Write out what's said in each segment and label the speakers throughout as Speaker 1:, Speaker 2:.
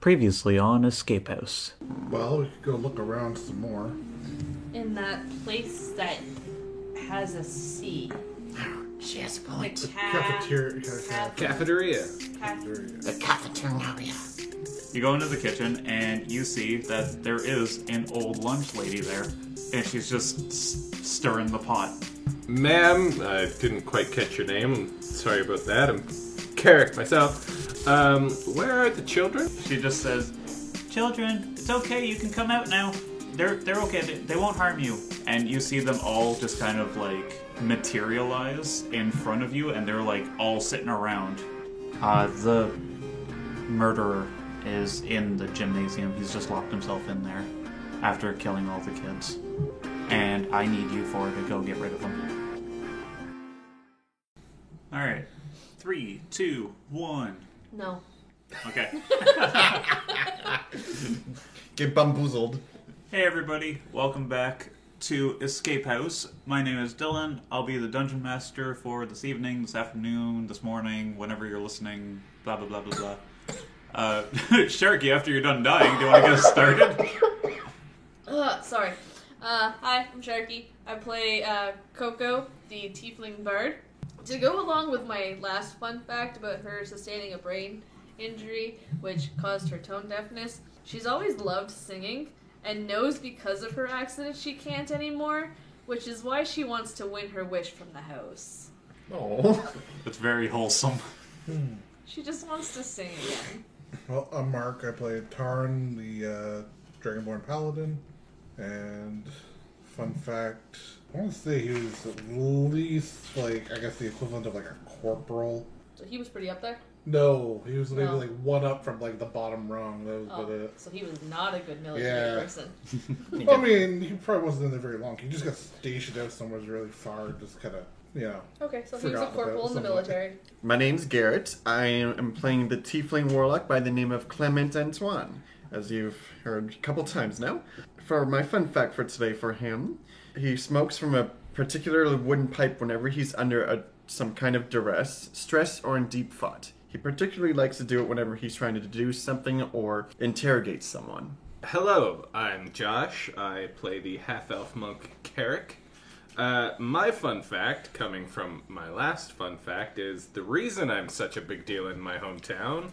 Speaker 1: Previously on Escape House.
Speaker 2: Well, we could go look around some more.
Speaker 3: in that place that has a C.
Speaker 4: She has a point.
Speaker 2: The cafeteria.
Speaker 3: Caf-
Speaker 5: Cafeteria.
Speaker 3: caf-
Speaker 4: The cafeteria.
Speaker 6: You go into the kitchen and you see that there is an old lunch lady there, and she's just s- stirring the pot.
Speaker 5: Ma'am, I didn't quite catch your name. I'm sorry about that. I'm Carrick myself. Um, where are the children?
Speaker 6: She just says, "Children, it's okay. You can come out now. They're they're okay. They, they won't harm you." And you see them all just kind of like materialize in front of you, and they're like all sitting around. Uh, the murderer is in the gymnasium. He's just locked himself in there after killing all the kids. And I need you four to go get rid of him. All right, three, two, one.
Speaker 3: No.
Speaker 6: Okay.
Speaker 7: Get bamboozled.
Speaker 6: Hey everybody, welcome back to Escape House. My name is Dylan. I'll be the dungeon master for this evening, this afternoon, this morning, whenever you're listening, blah blah blah blah blah. Uh, Sharky, after you're done dying, do you want to get us started?
Speaker 3: Ugh, sorry. Uh, hi, I'm Sharky. I play uh, Coco, the tiefling bard. To go along with my last fun fact about her sustaining a brain injury, which caused her tone deafness, she's always loved singing and knows because of her accident she can't anymore, which is why she wants to win her wish from the house.
Speaker 7: Oh.
Speaker 6: It's very wholesome.
Speaker 3: She just wants to sing again.
Speaker 2: Well, I'm Mark. I play Tarn, the uh, Dragonborn Paladin. And fun fact, I want to say he was at least like I guess the equivalent of like a corporal.
Speaker 3: So he was pretty up there.
Speaker 2: No, he was maybe
Speaker 3: No.
Speaker 2: like one up from like the bottom rung. That was
Speaker 3: Oh,
Speaker 2: about it.
Speaker 3: so he was not a good military
Speaker 2: Yeah.
Speaker 3: person.
Speaker 2: I mean, he probably wasn't in there very long. He just got stationed out somewhere really far, just kind of you know.
Speaker 3: Okay, so he was
Speaker 2: Forgot
Speaker 3: a
Speaker 2: about
Speaker 3: corporal in the
Speaker 2: something.
Speaker 3: military.
Speaker 7: My name's Garrett. I am playing the Tiefling Warlock by the name of Clement Antoine, as you've heard a couple times now. For my fun fact for today for him, he smokes from a particular wooden pipe whenever he's under a, some kind of duress, stress, or in deep thought. He particularly likes to do it whenever he's trying to do something or interrogate someone.
Speaker 5: Hello, I'm Josh. I play the half elf monk Carrick. Uh, my fun fact, coming from my last fun fact, is the reason I'm such a big deal in my hometown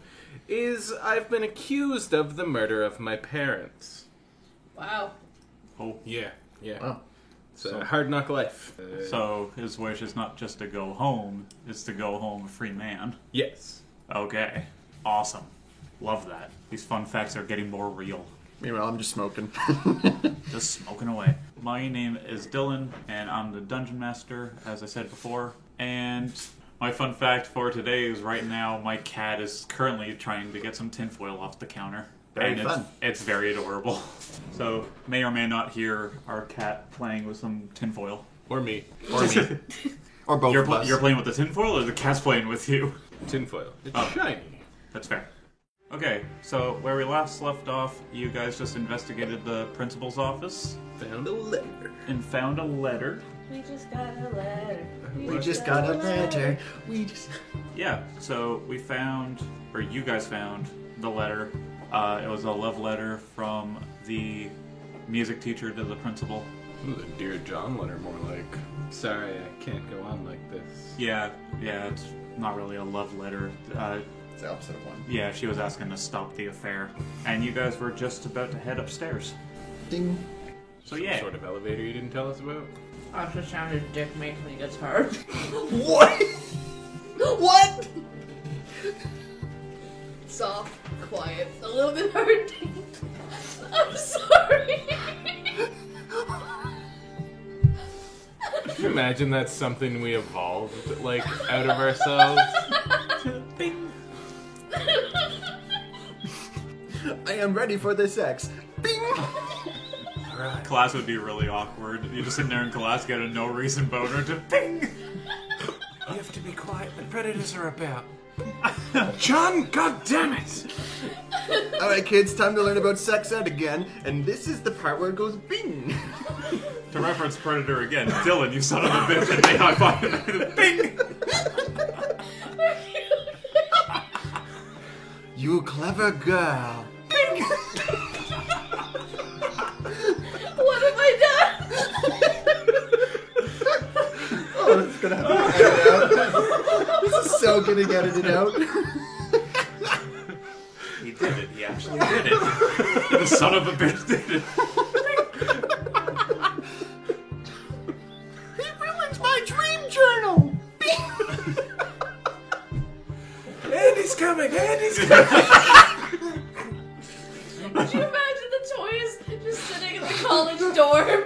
Speaker 5: is I've been accused of the murder of my parents.
Speaker 3: Wow.
Speaker 6: Oh.
Speaker 5: Yeah, yeah.
Speaker 7: Wow.
Speaker 5: It's a hard knock life. Uh,
Speaker 6: So his wish is not just to go home; it's to go home a free man.
Speaker 5: yes.
Speaker 6: Okay, awesome. Love that. These fun facts are getting more real.
Speaker 7: Meanwhile, I'm just smoking.
Speaker 6: just smoking away. My name is Dylan, and I'm the dungeon master, as I said before. And my fun fact for today is right now my cat is currently trying to get some tinfoil off the counter.
Speaker 7: Very
Speaker 6: and
Speaker 7: fun.
Speaker 6: It's, it's very adorable. So may or may not hear our cat playing with some tinfoil.
Speaker 5: Or me.
Speaker 6: Or me.
Speaker 7: or both
Speaker 6: you're,
Speaker 7: of
Speaker 6: pl-
Speaker 7: us.
Speaker 6: you're playing with the tinfoil, or the cat's playing with you.
Speaker 5: Tinfoil. It's
Speaker 6: Oh.
Speaker 5: shiny.
Speaker 6: That's fair. Okay, so where we last left off, you guys just investigated the principal's office
Speaker 5: Found a letter.
Speaker 6: and found a letter
Speaker 3: We just got a letter.
Speaker 7: we just got a letter. We just.
Speaker 6: Yeah, so we found, or you guys found, the letter. Uh, it was a love letter from the music teacher to the principal.
Speaker 5: Ooh, the Dear John letter, more like. Sorry, I can't go on like this.
Speaker 6: Yeah, yeah, it's not really a love letter. Uh,
Speaker 7: It's the opposite of one.
Speaker 6: yeah, she was asking to stop the affair. And you guys were just about to head upstairs.
Speaker 7: Ding.
Speaker 6: So,
Speaker 5: Some
Speaker 6: yeah.
Speaker 5: sort of elevator you didn't tell us about?
Speaker 4: Also sounded dick makes me guitar.
Speaker 7: What? what?
Speaker 3: Soft, quiet, a little bit hard. I'm sorry.
Speaker 5: Can you imagine that's something we evolved, like, out of ourselves?
Speaker 7: I am ready for the sex. Bing.
Speaker 6: Class would be really awkward. You're just sitting there in class, get a no reason boner to ping!
Speaker 5: You have to be quiet, the predators are about. John, god damn it!
Speaker 7: All right, kids, time to learn about sex ed again, and this is the part where it goes bing.
Speaker 6: To reference Predator again, Dylan, you son of a bitch, and they high five. Ping!
Speaker 7: you clever girl.
Speaker 3: What have I done?
Speaker 7: Oh, it's gonna have to get edited out. this is so gonna get edited out.
Speaker 6: He did it. He actually did it. the son of a bitch did it.
Speaker 7: he ruined my dream journal.
Speaker 5: Andy's coming. Andy's coming.
Speaker 3: Could you imagine the toys just sitting in the college dorm?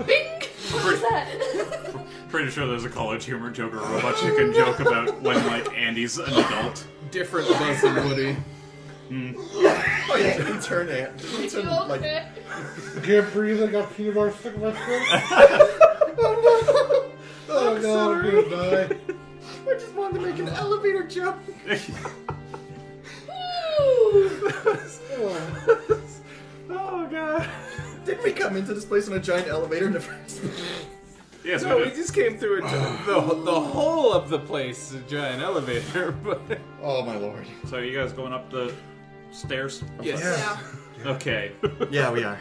Speaker 3: Bing! What was that?
Speaker 6: Pretty sure there's a college humor joke or a robot chicken joke about when like Andy's an adult.
Speaker 5: Different Buzz and Woody.
Speaker 7: Oh yeah, he turned it. He
Speaker 3: you
Speaker 7: turned, like-
Speaker 3: okay?
Speaker 2: I can't breathe. I got peanut butter stuck in my throat.
Speaker 7: oh no!
Speaker 2: Oh
Speaker 7: I'm
Speaker 2: god, I'm
Speaker 7: sorry.
Speaker 2: gonna die.
Speaker 7: I just wanted to make an elevator joke.
Speaker 3: Ooh!
Speaker 5: Oh god.
Speaker 7: Did we come into this place on a giant elevator in the first place?
Speaker 6: yes,
Speaker 5: No,
Speaker 6: we
Speaker 5: we
Speaker 6: did.
Speaker 5: just came through a, the the whole of the place, a giant elevator. But
Speaker 7: Oh my lord.
Speaker 6: So you guys going up the stairs?
Speaker 5: yes.
Speaker 3: Yeah.
Speaker 6: Okay.
Speaker 7: Yeah, we are.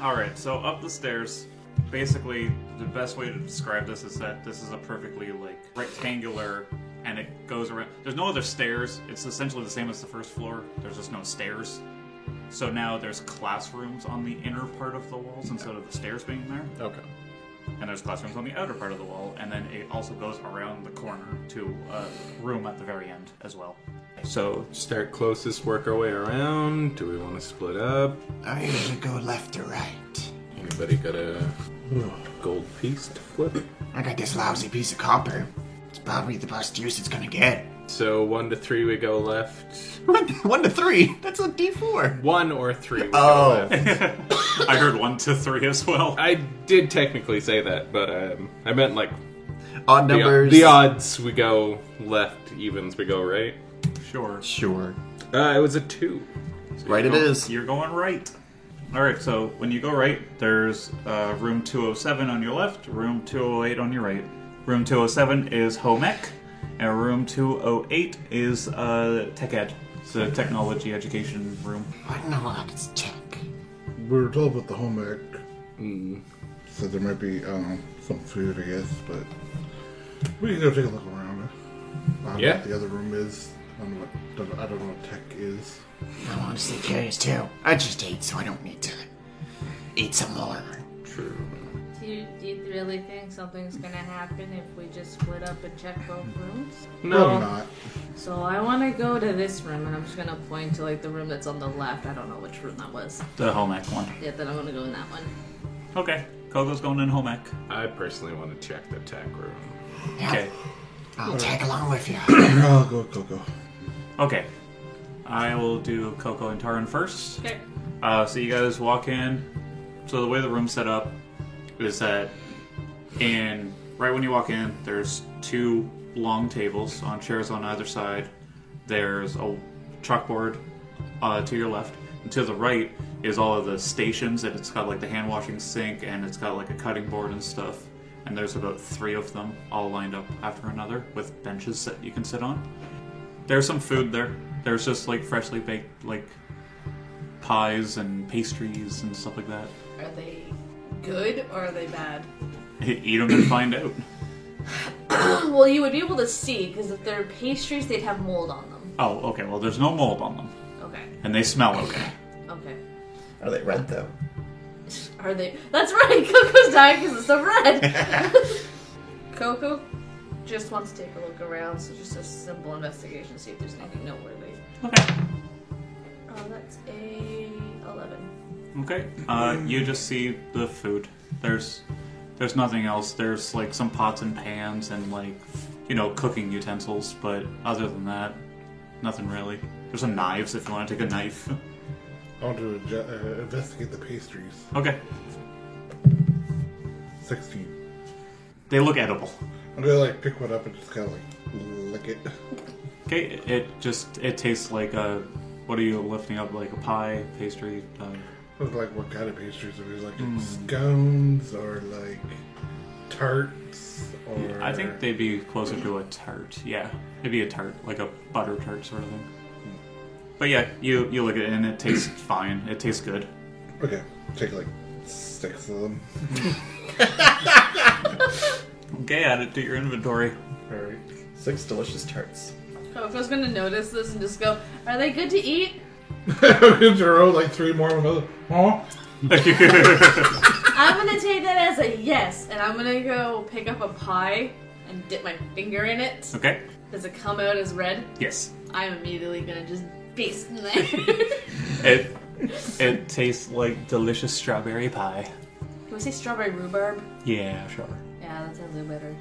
Speaker 6: All right. So up the stairs. Basically, the best way to describe this is that this is a perfectly like rectangular, and it goes around. There's no other stairs. It's essentially the same as the first floor. There's just no stairs. So now there's classrooms on the inner part of the walls instead of the stairs being there.
Speaker 7: Okay.
Speaker 6: and there's classrooms on the outer part of the wall, and then it also goes around the corner to a room at the very end as well. So
Speaker 5: Start closest, work our way around. Do we want to split up?
Speaker 8: I usually go left to right.
Speaker 5: Anybody got a gold piece to flip?
Speaker 8: I got this lousy piece of copper. It's probably the best use it's gonna get.
Speaker 5: So one to three, we go left.
Speaker 8: One to three. That's a D four.
Speaker 5: One or three. We
Speaker 8: Oh.
Speaker 5: go left.
Speaker 6: I heard one to three as well.
Speaker 5: I did technically say that, but um, I meant like
Speaker 7: uh,
Speaker 8: Odd
Speaker 5: the,
Speaker 8: numbers.
Speaker 5: the odds we go left, evens we go right.
Speaker 6: Sure.
Speaker 8: Sure.
Speaker 5: Uh, it was a two.
Speaker 8: Right, it is.
Speaker 6: You're going right. All right. So when you go right, there's uh, room 207 on your left, room 208 on your right. Room 207 is home ec, and room 208 is uh, tech ed. It's a technology education room.
Speaker 8: I don't know how to check.
Speaker 2: We were told about the home ec. So there might be, I don't know, some food, I guess, but we can go take a look around. I don't know
Speaker 5: Yeah.
Speaker 2: what the other room is. I don't know what, don't- I don't know what tech is.
Speaker 8: I'm honestly curious too. I just ate, so I don't need to eat some more.
Speaker 3: Do you, do you really think something's gonna happen if we just split up and check both rooms?
Speaker 2: Probably
Speaker 5: No,
Speaker 2: not.
Speaker 3: So I wanna go to this room, and I'm just gonna point to like the room that's on the left. I don't know which room that was.
Speaker 6: The home ec one.
Speaker 3: Yeah, then I'm gonna go in that one.
Speaker 6: Okay. Kogo's going in home ec.
Speaker 5: I personally want to check the tech room.
Speaker 8: Yeah,
Speaker 6: Okay.
Speaker 8: I'll tag along with you.
Speaker 2: Oh, go, go, go.
Speaker 6: Okay. I will do Coco and Taran first.
Speaker 3: Okay.
Speaker 6: Uh, so you guys walk in. So the way the room's set up is that in right when you walk in, there's two long tables on chairs on either side. There's a chalkboard uh, to your left, and to the right is all of the stations, and it's got like the hand washing sink, and it's got like a cutting board and stuff. And there's about three of them all lined up after another with benches that you can sit on. There's some food there. There's just like freshly baked like pies and pastries and stuff like that.
Speaker 3: Are they good or are they bad?
Speaker 6: Eat them and find out.
Speaker 3: well, you would be able to see because if they're pastries, they'd have mold on them.
Speaker 6: Oh, okay. Well, there's no mold on them,
Speaker 3: Okay.
Speaker 6: and they smell okay.
Speaker 3: Okay.
Speaker 7: Are they red though?
Speaker 3: Are they? That's right. Coco's dying because it's so red. Coco just wants to take a look around, so just a simple investigation, see if there's anything noteworthy.
Speaker 6: Okay.
Speaker 3: Oh, that's a eleven.
Speaker 6: Okay. Uh, you just see the food. There's, there's nothing else. There's like some pots and pans and like, you know, cooking utensils. But other than that, nothing really. There's some knives if you want to take a knife.
Speaker 2: I want to adju- uh, investigate the pastries.
Speaker 6: okay.
Speaker 2: 16.
Speaker 6: They look edible.
Speaker 2: I'm gonna, like, pick one up and just kind of, like, lick it.
Speaker 6: Okay. It just it tastes like a. What are you lifting up? Like a pie, pastry. Uh,
Speaker 2: Look like what kind of pastries? Are these like scones or like tarts? Or
Speaker 6: I think they'd be closer to a tart. Yeah, it'd be a tart, like a butter tart sort of thing. But yeah, you you look at it and it tastes fine. It tastes good.
Speaker 2: Okay, take like six of them.
Speaker 6: Okay, add it to your inventory.
Speaker 2: Alright.
Speaker 7: Six delicious tarts.
Speaker 3: Coco's gonna notice this and just go, "Are they good to eat?"
Speaker 2: Throw like three more of them. Huh?
Speaker 3: I'm gonna take that as a yes, and I'm gonna go pick up a pie and dip my finger in it.
Speaker 6: okay.
Speaker 3: Does it come out as red?
Speaker 6: Yes.
Speaker 3: I'm immediately gonna just baste in there.
Speaker 6: It it tastes like delicious strawberry pie.
Speaker 3: Can we say strawberry rhubarb?
Speaker 6: Yeah, sure.
Speaker 3: Yeah, that sounds a little better.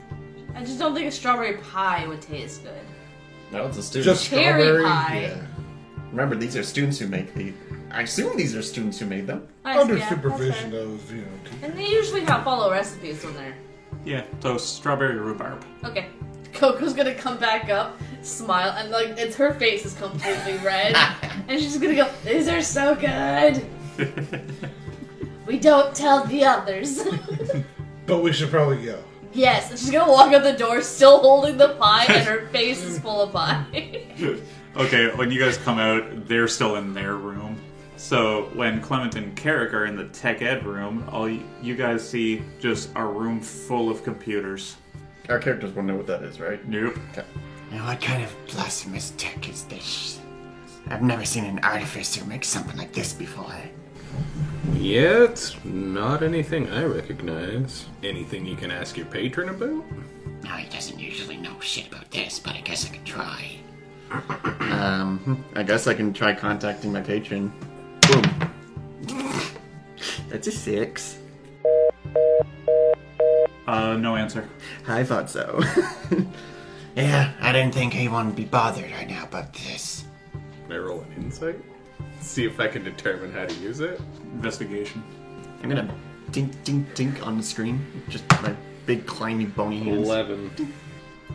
Speaker 3: I just don't think a strawberry pie would taste good.
Speaker 7: That was a student.
Speaker 2: Just
Speaker 3: Cherry
Speaker 2: strawberry.
Speaker 3: pie.
Speaker 2: Yeah.
Speaker 7: remember, these are students who make the. I assume these are students who made them.
Speaker 3: I
Speaker 2: Under
Speaker 3: see, yeah, that's
Speaker 2: supervision
Speaker 3: fair.
Speaker 2: of you know. teachers.
Speaker 3: And they usually have follow recipes when they're
Speaker 6: Yeah, so strawberry rhubarb.
Speaker 3: Okay. Coco's gonna come back up, smile, and like it's her face is completely red. and she's gonna go, These are so good. We don't tell the others.
Speaker 2: But we should probably go.
Speaker 3: yes, and she's gonna walk out the door still holding the pie and her face is full of pie.
Speaker 6: okay, when you guys come out, they're still in their room. So when Clement and Carrick are in the tech ed room, all y- you guys see just a room full of computers.
Speaker 7: Our characters will know what that is, right?
Speaker 6: Nope.
Speaker 8: Now, what kind of blasphemous tech is this? I've never seen an artificer make something like this before.
Speaker 5: Yeah, it's not anything I recognize. Anything you can ask your patron about?
Speaker 8: Now, he doesn't usually know shit about this, but I guess I could try.
Speaker 7: Um, hmm, I guess I can try contacting my patron. Boom. That's a six.
Speaker 6: Uh, no answer.
Speaker 7: I thought so.
Speaker 8: Yeah, I didn't think he wanted to be bothered right now about this.
Speaker 5: Can I roll an insight? See if I can determine how to use it.
Speaker 6: Investigation.
Speaker 7: I'm gonna dink, dink, dink on the screen. Just my big, climby, bony hands.
Speaker 5: Eleven.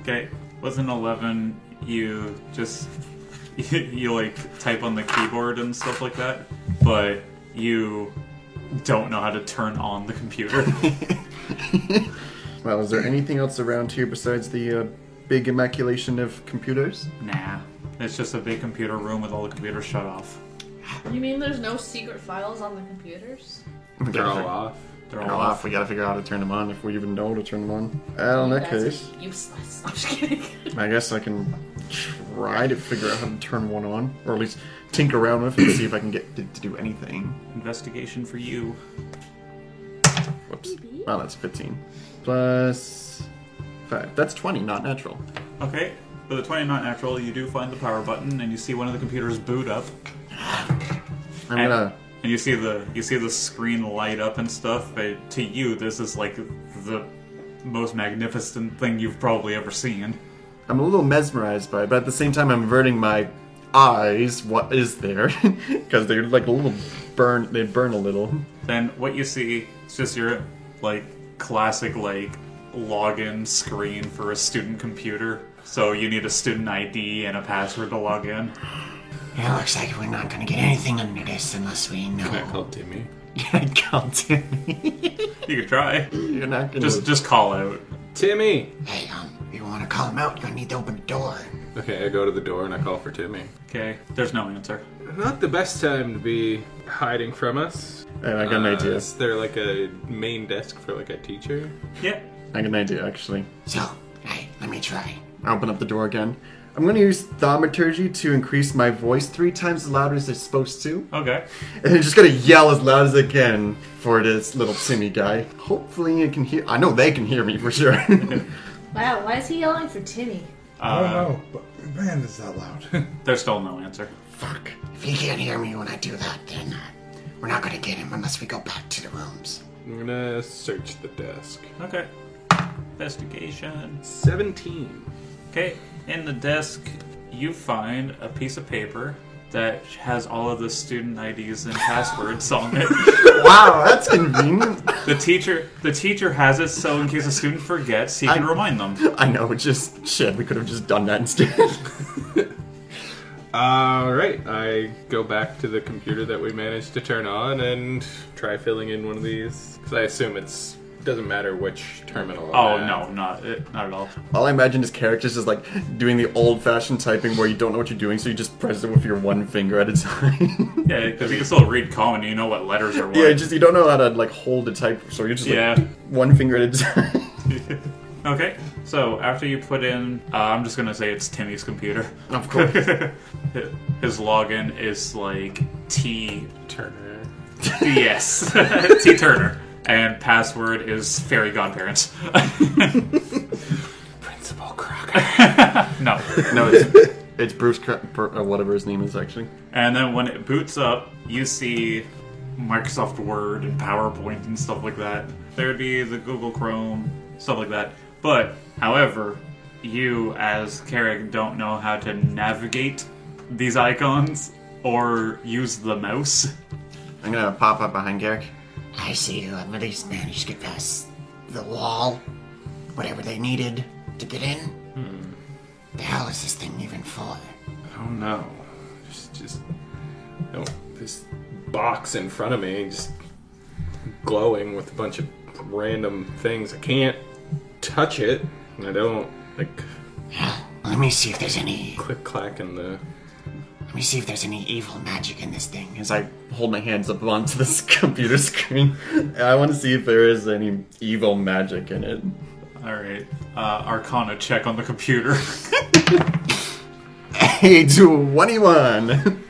Speaker 6: Okay, was an 11. You just. You, you like type on the keyboard and stuff like that, but you don't know how to turn on the computer.
Speaker 7: Well, is there anything else around here besides the uh, big immaculation of computers?
Speaker 6: nah. It's just a big computer room with all the computers shut off.
Speaker 3: you mean there's no secret files on the computers?
Speaker 7: We
Speaker 5: Throw
Speaker 7: gotta fi-
Speaker 5: off.
Speaker 6: They're all
Speaker 7: Throw
Speaker 6: off.
Speaker 7: off. We gotta figure out how to turn them on if we even know how to turn them on. Well, in that
Speaker 3: That's
Speaker 7: case,
Speaker 3: useless. I'm just kidding.
Speaker 7: I guess I can try to figure out how to turn one on, or at least tinker around with it and see if I can get to, to do anything.
Speaker 6: Investigation for you.
Speaker 7: Whoops. Well, that's 15. Plus 5. That's 20, not natural.
Speaker 6: Okay, with a 20 not natural, you do find the power button and you see one of the computers boot up.
Speaker 7: I'm
Speaker 6: And-
Speaker 7: gonna.
Speaker 6: And you see the you see the screen light up and stuff. But to you, this is like the most magnificent thing you've probably ever seen.
Speaker 7: I'm a little mesmerized by it, but at the same time, I'm averting my eyes. What is there? Because they're like a little burn. They burn a little.
Speaker 6: Then what you see is just your like classic like login screen for a student computer. So you need a student ID and a password to log in.
Speaker 8: It looks like we're not gonna get anything under this unless we
Speaker 5: Can I
Speaker 8: know.
Speaker 5: call Timmy?
Speaker 8: Call Timmy.
Speaker 6: You could try.
Speaker 7: You're not gonna.
Speaker 6: Just just call out.
Speaker 5: Timmy!
Speaker 8: hey, um, if you wanna call him out, you're gonna need to open the door.
Speaker 5: Okay, I go to the door and I call for Timmy.
Speaker 6: Okay. There's no answer.
Speaker 5: Not the best time to be hiding from us.
Speaker 7: And I got an
Speaker 5: Uh,
Speaker 7: idea.
Speaker 5: Is there like a main desk for like a teacher?
Speaker 6: Yeah.
Speaker 7: I got an idea, actually.
Speaker 8: So, hey, let me try.
Speaker 7: I open up the door again. I'm gonna use thaumaturgy to increase my voice three times as loud as it's supposed to,
Speaker 6: Okay.
Speaker 7: and I'm just gonna yell as loud as I can for this little Timmy guy. Hopefully, it can hear. I know they can hear me for sure.
Speaker 3: Wow, why is he yelling for Timmy?
Speaker 2: I don't know, but man, is that loud.
Speaker 6: There's still no answer.
Speaker 8: Fuck. If he can't hear me when I do that, then uh, we're not gonna get him unless we go back to the rooms.
Speaker 5: I'm gonna search the desk.
Speaker 6: Okay. Investigation.
Speaker 5: 17.
Speaker 6: Okay, in the desk, you find a piece of paper that has all of the student IDs and passwords on it.
Speaker 7: wow, that's convenient.
Speaker 6: The teacher, the teacher has it, so in case a student forgets, he can
Speaker 7: I-
Speaker 6: remind them.
Speaker 7: I know. Just shit. We could have just done that instead.
Speaker 5: Alright, I go back to the computer that we managed to turn on and try filling in one of these. Because I assume it's Doesn't matter which terminal.
Speaker 6: Oh
Speaker 5: I'm at.
Speaker 6: no, not it, not at all.
Speaker 7: All I imagine is characters just like doing the old-fashioned typing where you don't know what you're doing, so you just press it with your one finger at a time.
Speaker 6: Yeah, because you can still read common. You know what letters are what.
Speaker 7: yeah, just you don't know how to like hold a type, so you're just like
Speaker 6: Yeah.
Speaker 7: one finger at a time.
Speaker 6: okay, so after you put in, uh, I'm just gonna say it's Timmy's computer.
Speaker 7: of course.
Speaker 6: His login is like T
Speaker 5: Turner.
Speaker 6: yes T Turner, and password is fairy godparents.
Speaker 5: Principal Crocker.
Speaker 6: no,
Speaker 7: No, it's it's Bruce Cra- Br- uh, whatever his name is actually.
Speaker 6: and then when it boots up, you see Microsoft Word and PowerPoint and stuff like that. There'd be the Google Chrome stuff like that. But however, you as Carrick don't know how to navigate these icons or use the mouse.
Speaker 7: I'm gonna pop up behind Garrick.
Speaker 8: I see you have at least managed to get past the wall, whatever they needed to get in. Hmm. The hell is this thing even for?
Speaker 5: Oh no. Just, just no. This box in front of me, just glowing with a bunch of random things. I can't touch it. and I don't like
Speaker 8: Hell, let me see if there's any.
Speaker 5: click clack in the.
Speaker 8: Let me see if there's any evil magic in this thing.
Speaker 7: As I hold my hands up onto this computer screen, I want to see if there is any evil magic in it.
Speaker 6: All right, uh, Arcana check on the computer.
Speaker 7: Hey, twenty-one,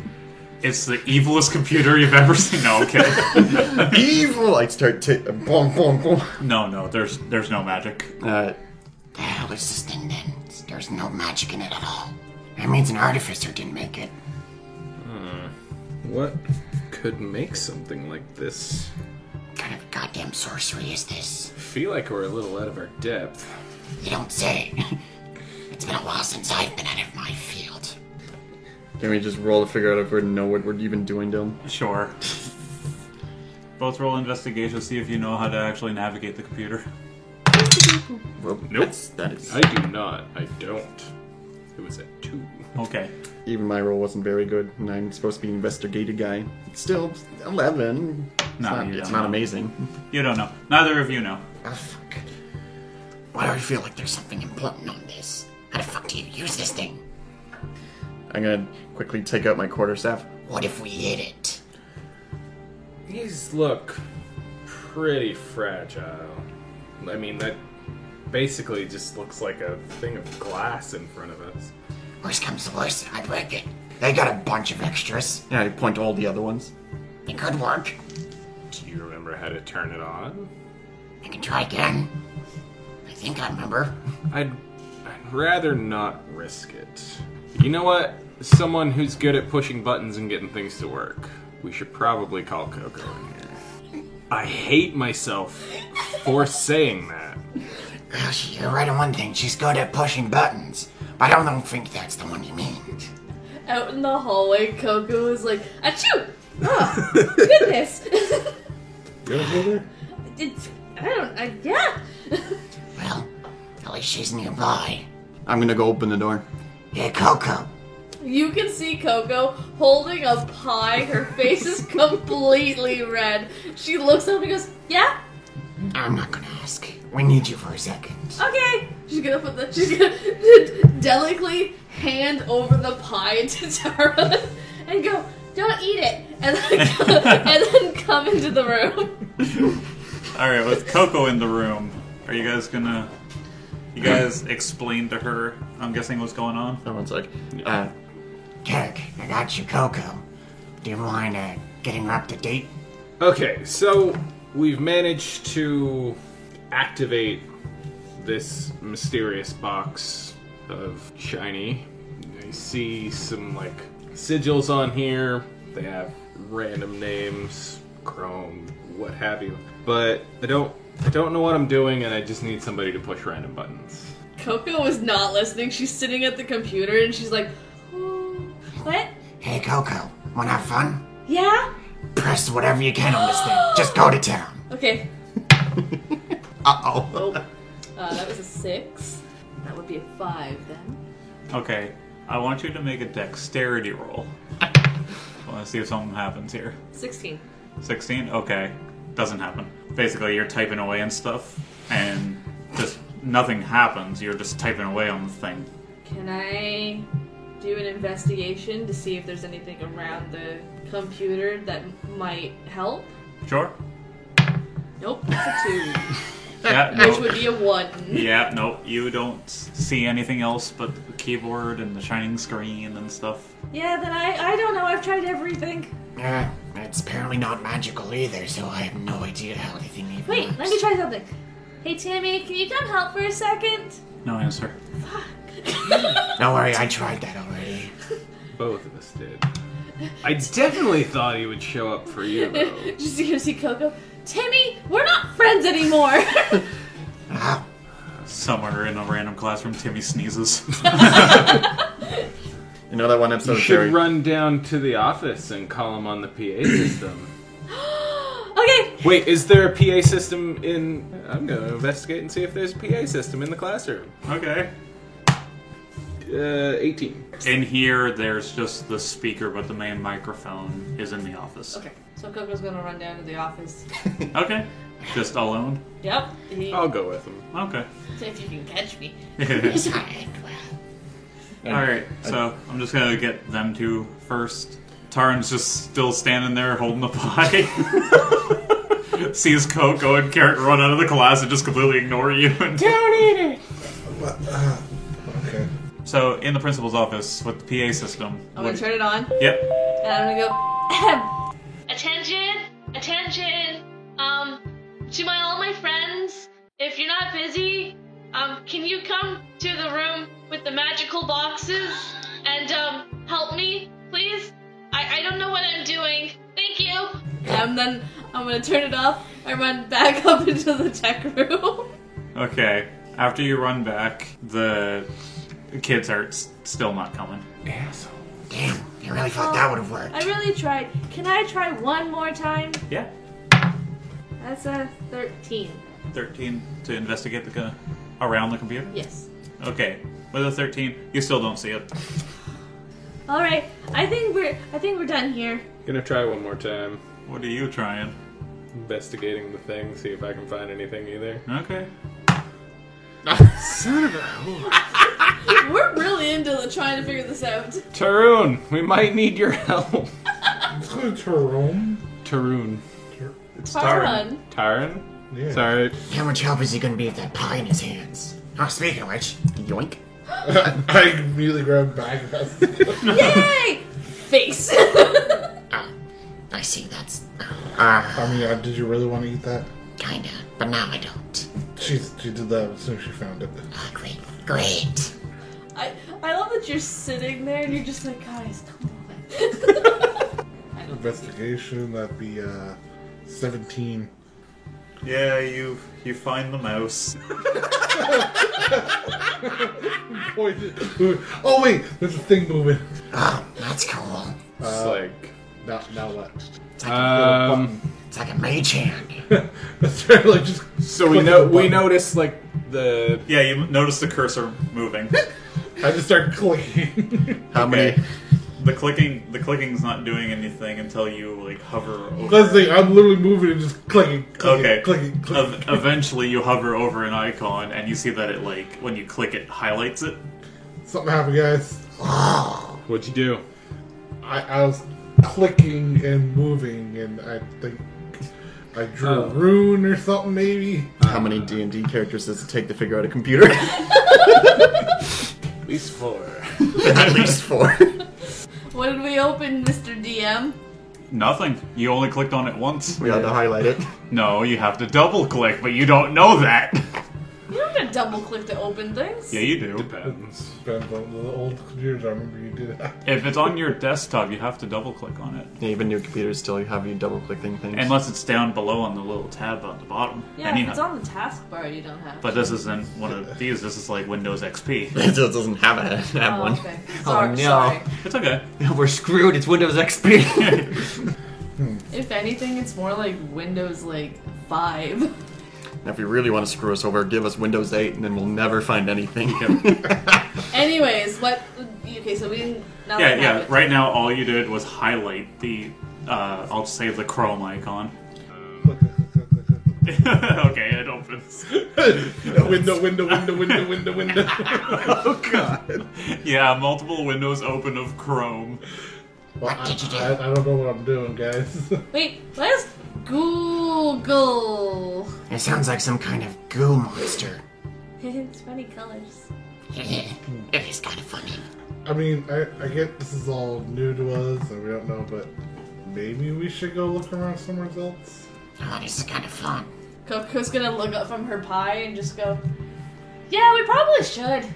Speaker 6: it's the evilest computer you've ever seen. No, okay.
Speaker 7: evil! I start t- boom, boom, boom.
Speaker 6: No, no, there's there's no magic.
Speaker 7: Uh,
Speaker 8: The hell is this thing then? There's no magic in it at all. That means an artificer didn't make it.
Speaker 5: What could make something like this?
Speaker 8: What kind of goddamn sorcery is this?
Speaker 5: I feel like we're a little out of our depth.
Speaker 8: You don't say. it's been a while since I've been out of my field.
Speaker 7: can we just roll to figure out if we know what we're even doing, Dylan?
Speaker 6: Sure. Both roll investigation, see if you know how to actually navigate the computer.
Speaker 7: Well,
Speaker 5: Nope.
Speaker 7: that's- That is
Speaker 5: I do not. I don't. It was a two.
Speaker 6: Okay.
Speaker 7: even my roll wasn't very good, and I'm supposed to be an investigator guy. Still, eleven. It's
Speaker 6: No,
Speaker 7: not,
Speaker 6: you
Speaker 7: it's
Speaker 6: don't
Speaker 7: not
Speaker 6: know.
Speaker 7: amazing.
Speaker 6: You don't know. Neither of you know.
Speaker 8: Oh, fuck. Why do I feel like there's something important on this? How the fuck do you use this thing?
Speaker 7: I'm gonna quickly take out my quarterstaff.
Speaker 8: What if we hit it?
Speaker 5: These look pretty fragile. I mean, that basically just looks like a thing of glass in front of us.
Speaker 8: Worst comes to worst, I'd break it. They got a bunch of extras.
Speaker 7: And I point to all the other ones.
Speaker 8: It could work.
Speaker 5: Do you remember how to turn it on?
Speaker 8: I can try again. I think I remember.
Speaker 5: I'd, I'd rather not risk it. You know what? Someone who's good at pushing buttons and getting things to work. We should probably call Coco in here. I hate myself for saying that.
Speaker 8: Well, she, you're right on one thing. She's good at pushing buttons. But I don't think that's the one you mean.
Speaker 3: Out in the hallway, Coco is like, "Achoo! Oh, goodness! it's, I don't. I, yeah.
Speaker 8: Well, at least she's nearby.
Speaker 7: I'm gonna go open the door.
Speaker 8: Hey, Coco.
Speaker 3: You can see Coco holding a pie. Her face is completely red. She looks up and goes, "Yeah,
Speaker 8: I'm not gonna ask. We need you for a second.
Speaker 3: okay." She's gonna put the. She's gonna delicately hand over the pie to Tara and go, "Don't eat it," and then and then come into the room.
Speaker 6: Alright, with Coco in the room, are you guys gonna. You guys explain to her, I'm guessing, what's going on?
Speaker 7: Everyone's like, uh,
Speaker 8: Kirk, I got you, Coco. Do you mind uh, getting her up to date?
Speaker 5: Okay, so we've managed to activate this mysterious box of shiny. I see some like sigils on here. They have random names, Chrome, what have you. But I don't I don't know what I'm doing and I just need somebody to push random buttons.
Speaker 3: Coco is not listening. She's sitting at the computer and she's like, "Oh, "What?
Speaker 8: Hey, Coco, wanna have fun?
Speaker 3: Yeah?
Speaker 8: Press whatever you can on this thing. Just go to town.
Speaker 3: Okay.
Speaker 8: Uh oh.
Speaker 3: Oh, uh, that was a six. That would be a five then."
Speaker 6: Okay, I want you to make a dexterity roll. I wanna see if something happens here.
Speaker 3: 16.
Speaker 6: 16? Okay. Doesn't happen. basically you're typing away and stuff, and just nothing happens. You're just typing away on the thing.
Speaker 3: Can I do an investigation to see if there's anything around the computer that might help?
Speaker 6: Sure.
Speaker 3: Nope, that's a two.
Speaker 6: Yeah.
Speaker 3: Which
Speaker 6: No.
Speaker 3: would be a one.
Speaker 6: Yeah. Nope. You don't see anything else but the keyboard and the shining screen and stuff.
Speaker 3: Yeah, then I I don't know. I've tried everything.
Speaker 8: Uh, it's apparently not magical either, so I have no idea how anything even
Speaker 3: Wait,
Speaker 8: works.
Speaker 3: let me try something. Hey Tammy, can you come help for a second?
Speaker 6: No answer.
Speaker 8: Don't worry, I tried that already.
Speaker 5: Both of us did. I definitely thought he would show up for you, though.
Speaker 3: Just to see Coco. Timmy, we're not friends anymore.
Speaker 8: Ah,
Speaker 6: Somewhere in a random classroom, Timmy sneezes.
Speaker 7: You know that one episode
Speaker 5: You
Speaker 7: of
Speaker 5: should
Speaker 7: Jerry?
Speaker 5: run down to the office and call him on the PA system.
Speaker 3: okay,
Speaker 5: Wait, is there a PA system in. I'm gonna investigate and see if there's a PA system in the classroom.
Speaker 6: okay.
Speaker 5: Uh, 18.
Speaker 6: In here, there's just the speaker, but the main microphone is in the office.
Speaker 3: Okay, so Coco's gonna run down to the office.
Speaker 6: Okay. Just alone.
Speaker 3: Yep. Oh. He,
Speaker 5: I'll go with him.
Speaker 6: Okay.
Speaker 3: see If you can catch me.
Speaker 8: fine, well,
Speaker 6: All right. So I'm just gonna get them two first. Tarn's just still standing there holding the pie. Sees Coco and Carrot run out of the class and just completely ignore you. And...
Speaker 2: Okay.
Speaker 6: So in the principal's office with the PA system.
Speaker 3: I'm
Speaker 6: what-
Speaker 3: gonna turn it on,
Speaker 6: Yep.
Speaker 3: and I'm gonna go. Ahem. Attention, attention. Um, to my all my friends, if you're not busy, um, can you come to the room with the magical boxes and um help me, please? I I don't know what I'm doing. Thank you. And then I'm gonna turn it off. I run back up into the tech room.
Speaker 6: Okay. After you run back, the kids are s- still not coming.
Speaker 8: damn, you really thought that would have worked.
Speaker 3: I really tried. Can I try one more time?
Speaker 6: Yeah.
Speaker 3: That's a 13.
Speaker 6: 13 to investigate the co- around the computer.
Speaker 3: Yes.
Speaker 6: Okay. With a 13, you still don't see it.
Speaker 3: All right. I think we're I think we're done here.
Speaker 5: Gonna try one more time.
Speaker 6: What are you trying?
Speaker 5: Investigating the thing, see if I can find anything either.
Speaker 6: Okay.
Speaker 3: We're really into the trying to figure this out.
Speaker 5: Tarun, we might need your help.
Speaker 2: Let's go to her room.
Speaker 5: Tarun.
Speaker 6: It's
Speaker 3: Tarun.
Speaker 5: Tarun?
Speaker 2: Yeah.
Speaker 5: Sorry.
Speaker 8: How much help is he gonna be with that pie in his hands? Oh, speaking of which, yoink.
Speaker 2: I immediately grabbed back.
Speaker 3: Yay! Face.
Speaker 8: Ah, I see that's. Ah,
Speaker 2: I mean, uh, did you really want to eat that?
Speaker 8: kinda, but now I don't.
Speaker 2: She, she did that as soon as she found it.
Speaker 8: Ah, great, great.
Speaker 3: I I love that you're sitting there and you're just like, guys, come on.
Speaker 2: Investigation, that'd be uh, 17.
Speaker 6: Yeah, you you find the mouse.
Speaker 2: Oh, wait, there's a thing moving.
Speaker 8: Oh, that's cool.
Speaker 2: Uh,
Speaker 5: It's like.
Speaker 2: Now, now what?
Speaker 8: It's
Speaker 7: Uh,
Speaker 8: like, a,
Speaker 5: Um,
Speaker 8: it's like a mage hand.
Speaker 2: That's right, like just.
Speaker 5: so we
Speaker 2: click
Speaker 5: know
Speaker 2: the
Speaker 5: we
Speaker 2: button.
Speaker 5: noticed like the
Speaker 6: Yeah, you notice the cursor moving.
Speaker 2: I just start clicking.
Speaker 7: How
Speaker 6: Okay.
Speaker 7: many?
Speaker 6: the clicking the clicking's not doing anything until you like hover
Speaker 2: That's
Speaker 6: over.
Speaker 2: the thing, I'm literally moving and just clicking, clicking,
Speaker 6: Okay.
Speaker 2: clicking, clicking.
Speaker 6: Ev- eventually, you hover over an icon, and you see that it like when you click it highlights it.
Speaker 2: Something happened, guys.
Speaker 5: what'd you do?
Speaker 2: I, I was clicking and moving, and I think I drew
Speaker 5: Oh.
Speaker 2: a rune or something, maybe.
Speaker 7: How many D and D characters does it take to figure out a computer?
Speaker 5: At least four.
Speaker 7: At least four.
Speaker 3: what did we open, Mr. DM?
Speaker 6: Nothing. You only clicked on it once.
Speaker 7: We had to highlight it.
Speaker 6: No, you have to double click, but you don't know that.
Speaker 3: You don't have to double click to open things.
Speaker 6: Yeah, you do.
Speaker 5: Depends.
Speaker 2: Depends on the old computers. I remember you did that.
Speaker 6: If it's on your desktop, you have to double click on it.
Speaker 7: Yeah, even new computers still have you double clicking things.
Speaker 6: Unless it's down below on the little tab on the bottom.
Speaker 3: Yeah,
Speaker 6: Then you
Speaker 3: if it's
Speaker 6: have-
Speaker 3: on the taskbar, you don't have.
Speaker 6: uh, But this isn't one of these. This is like Windows XP.
Speaker 7: it still doesn't have a have
Speaker 3: oh,
Speaker 7: one.
Speaker 3: okay. Sorry,
Speaker 8: no.
Speaker 3: sorry.
Speaker 6: It's okay.
Speaker 8: We're screwed. It's Windows XP.
Speaker 3: If anything, it's more like Windows like five.
Speaker 7: Now, if you really want to screw us over, give us Windows 8, and then we'll never find anything.
Speaker 3: Anyways, what? Okay, so we didn't. Now
Speaker 6: Yeah,
Speaker 3: that
Speaker 6: yeah.
Speaker 3: happened.
Speaker 6: Right now, all you did was highlight the. Uh, I'll say the Chrome icon.
Speaker 2: Click, click, click, click, click, click,
Speaker 6: okay, it opens.
Speaker 2: window, window, window, window, window, window.
Speaker 7: Oh god.
Speaker 6: Yeah, multiple windows open of chrome.
Speaker 2: Well, I, I, I don't know what I'm doing, guys.
Speaker 3: Wait, let's Google.
Speaker 8: It sounds like some kind of goo monster.
Speaker 3: it's funny colors.
Speaker 8: it is kind of funny.
Speaker 2: I mean, I, I get this is all new to us and we don't know, but maybe we should go look around somewhere else.
Speaker 8: Oh, this is kind of fun.
Speaker 3: Coco's gonna look up from her pie and just go, Yeah, we probably should.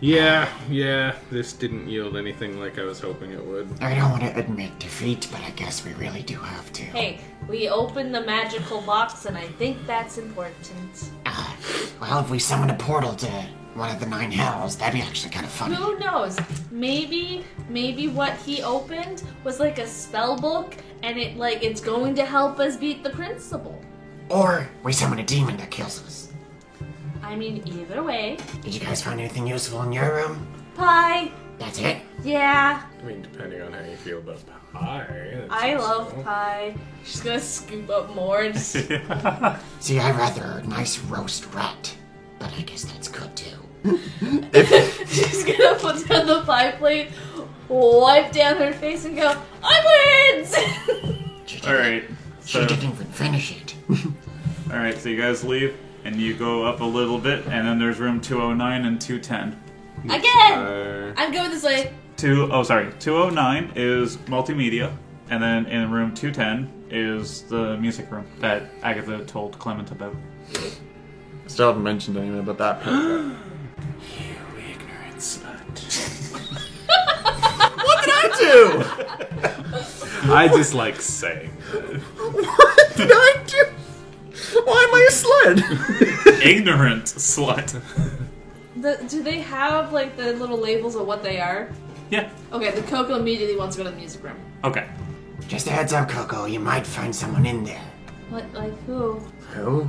Speaker 5: Yeah, yeah, this didn't yield anything like I was hoping it would.
Speaker 8: I don't want to admit defeat, but I guess we really do have to.
Speaker 3: Hey, we opened the magical box and I think that's important.
Speaker 8: Uh, well, if we summon a portal to one of the nine hells, that'd be actually kind of funny.
Speaker 3: Who knows? Maybe, maybe what he opened was like a spell book and it like it's going to help us beat the principal.
Speaker 8: Or we summon a demon that kills us.
Speaker 3: I mean, either way.
Speaker 8: Did you guys find anything useful in your room?
Speaker 3: Pie!
Speaker 8: That's it.
Speaker 3: Yeah,
Speaker 5: I mean, depending on how you feel about pie. that's
Speaker 3: I
Speaker 5: also-
Speaker 3: love pie. She's gonna scoop up more and just
Speaker 8: See, I'd rather a nice roast rat, but I guess that's good too.
Speaker 3: She's gonna put down the pie plate, wipe down her face, and go, I wins!
Speaker 8: She didn't,
Speaker 6: Alright.
Speaker 8: she
Speaker 6: So
Speaker 8: didn't even finish it.
Speaker 6: alright, so you guys leave and you go up a little bit and then there's room two oh nine and two ten.
Speaker 3: Again!
Speaker 5: Uh,
Speaker 3: I'm going this way.
Speaker 6: Two oh sorry, two oh nine is multimedia, and then in room two ten is the music room that Agatha told Clement about.
Speaker 7: Still haven't mentioned anything about that. part yet. what did I do?
Speaker 5: I just like saying.
Speaker 7: What did I do? Why am I a sled?
Speaker 6: Ignorant slut.
Speaker 3: The, do they have like the little labels of what they are?
Speaker 6: Yeah.
Speaker 3: Okay, the Coco immediately wants to go to the music room.
Speaker 6: Okay.
Speaker 8: Just a heads up, Coco, you might find someone in there.
Speaker 3: What, like who?
Speaker 8: Who?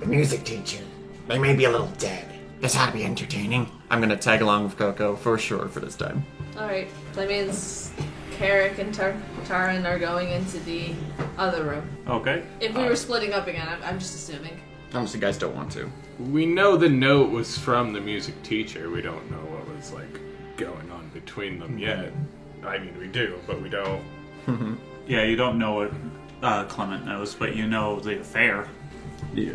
Speaker 8: The music teacher. They may be a little dead. This ought to be entertaining.
Speaker 7: I'm gonna tag along with Coco for sure for this time.
Speaker 3: Alright, that means Carrick and Tar- Taran are going into the other room.
Speaker 6: Okay.
Speaker 3: If we were splitting up again, I'm, I'm just assuming.
Speaker 7: Unless you guys don't want to.
Speaker 5: We know the note was from the music teacher. We don't know what was like going on between them yet. I mean, we do, but we don't.
Speaker 6: Yeah, you don't know what uh, Clement knows, but you know the affair.
Speaker 5: Yeah.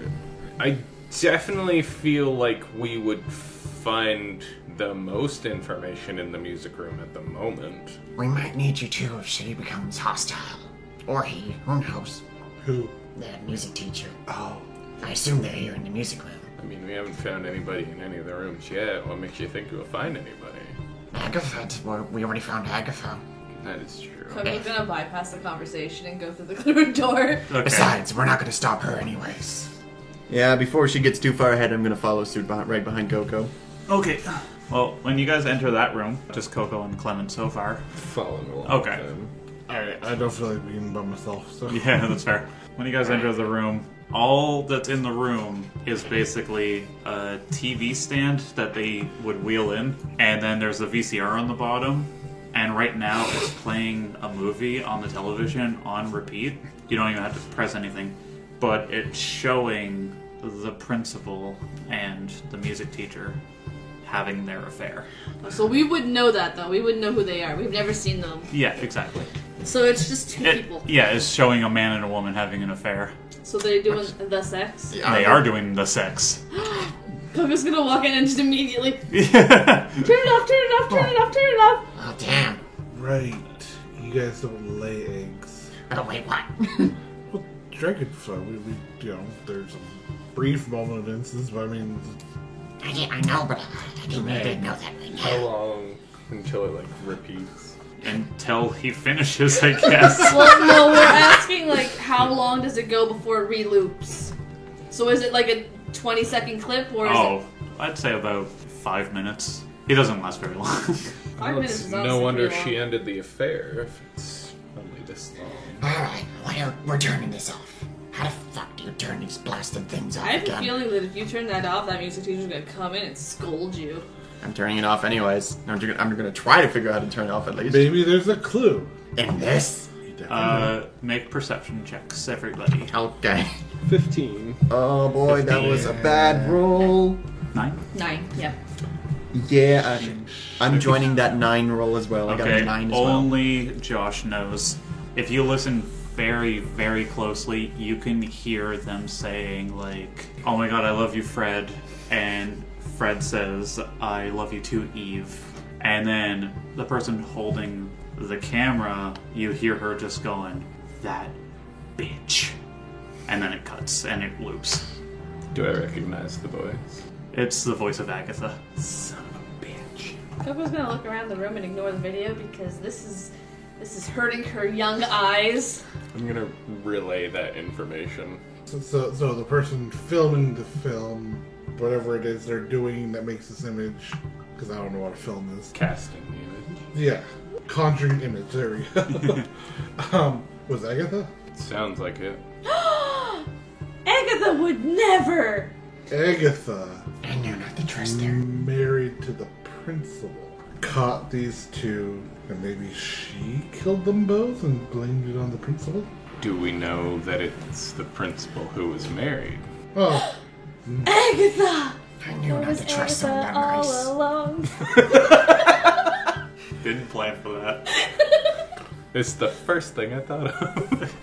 Speaker 5: I definitely feel like we would find the most information in the music room at the moment.
Speaker 8: We might need you too if she becomes hostile. Or he, who knows?
Speaker 2: Who?
Speaker 8: The music teacher. Oh. I assume they're here in the music room.
Speaker 5: I mean, we haven't found anybody in any of the rooms yet. What makes you think we'll find anybody?
Speaker 8: Agatha, well, we already found Agatha.
Speaker 5: That is true.
Speaker 3: Coco's gonna bypass the conversation and go through the clear door.
Speaker 6: Okay.
Speaker 8: Besides, we're not gonna stop her anyways.
Speaker 7: Yeah, before she gets too far ahead, I'm gonna follow suit behind, right behind Coco.
Speaker 6: Okay. Well, when you guys enter that room, just Coco and Clement so far.
Speaker 5: Following along.
Speaker 6: Okay.
Speaker 5: with them.
Speaker 2: Alright, I don't feel like being by myself, so.
Speaker 6: Yeah, that's fair. When you guys enter the room, all that's in the room is basically a TV stand that they would wheel in, and then there's a VCR on the bottom. And right now, it's playing a movie on the television on repeat. You don't even have to press anything, but it's showing the principal and the music teacher having their affair.
Speaker 3: So we would know that though. We would know who they are. We've never seen them.
Speaker 6: Yeah, exactly.
Speaker 3: So it's just two
Speaker 6: It-
Speaker 3: people.
Speaker 6: yeah, it's showing a man and a woman having an affair.
Speaker 3: So they're doing the sex.
Speaker 6: And they are doing the sex.
Speaker 3: Coco's gonna walk in and just immediately turn
Speaker 6: Yeah.
Speaker 3: it off, turn it off, turn it off, turn it off.
Speaker 8: Oh, damn.
Speaker 2: Right. You guys don't lay eggs.
Speaker 8: Oh, wait, what?
Speaker 2: Well, dragonfly, we, we, you know, there's a brief moment of instance, but I mean,
Speaker 8: I, did, I know, but I, I didn't, I didn't know that right
Speaker 5: How
Speaker 8: now.
Speaker 5: long until it like repeats?
Speaker 6: Until he finishes, I guess.
Speaker 3: Well, no, we're asking like how long does it go before it reloops? So is it like a 20 second clip or is
Speaker 6: oh, I'd say about five minutes. He doesn't last very long.
Speaker 3: it five
Speaker 5: Well,
Speaker 3: minutes?
Speaker 5: it's
Speaker 3: Is
Speaker 5: no
Speaker 3: honestly
Speaker 5: wonder
Speaker 3: pretty
Speaker 5: she
Speaker 3: long.
Speaker 5: ended the affair if it's only this long.
Speaker 8: Alright, well, we're turning this off. How the fuck do you turn these blasted things off
Speaker 3: I have a
Speaker 8: again?
Speaker 3: feeling that if you turn that off, that music teacher's gonna come in and scold you.
Speaker 7: I'm turning it off anyways. I'm, ju- I'm gonna try to figure out how to turn it off at least.
Speaker 2: maybe there's a clue.
Speaker 8: In this?
Speaker 2: He
Speaker 6: Uh, make perception checks, everybody.
Speaker 8: Okay.
Speaker 5: 15.
Speaker 7: Oh boy, that was a bad roll.
Speaker 6: Nine.
Speaker 9: Nine. Yep.
Speaker 7: Yeah, I, I'm joining that nine roll as well. I got
Speaker 6: Okay. Oh.
Speaker 7: a nine as well.
Speaker 6: Only Josh knows. If you listen very, very closely, you can hear them saying like, "Oh my God, I love you, Fred," and Fred says, "I love you too, Eve." And then the person holding the camera, you hear her just going, "That bitch," and then it cuts and it loops.
Speaker 5: Do I recognize the voice?
Speaker 6: It's the voice of Agatha. Son of a bitch.
Speaker 3: Coco's gonna look around the room and ignore the video because this is this is hurting her young eyes.
Speaker 5: I'm gonna relay that information.
Speaker 2: So, so, so the person filming the film, whatever it is they're doing that makes this image, because I don't know what a film is.
Speaker 5: Casting the image.
Speaker 2: Yeah, conjuring image. There we go. um, was Agatha?
Speaker 5: Sounds like it.
Speaker 3: Agatha would never.
Speaker 2: Agatha,
Speaker 8: I knew not to trust her.
Speaker 2: married to the principal, caught these two, and maybe she killed them both and blamed it on the principal.
Speaker 5: Do we know that it's the principal who was married?
Speaker 2: Oh,
Speaker 3: Agatha.
Speaker 8: I knew
Speaker 3: It
Speaker 8: not
Speaker 3: was
Speaker 8: to trust someone
Speaker 3: Agatha
Speaker 8: that nice.
Speaker 3: all along.
Speaker 6: Didn't plan for that.
Speaker 5: It's the first thing I thought of.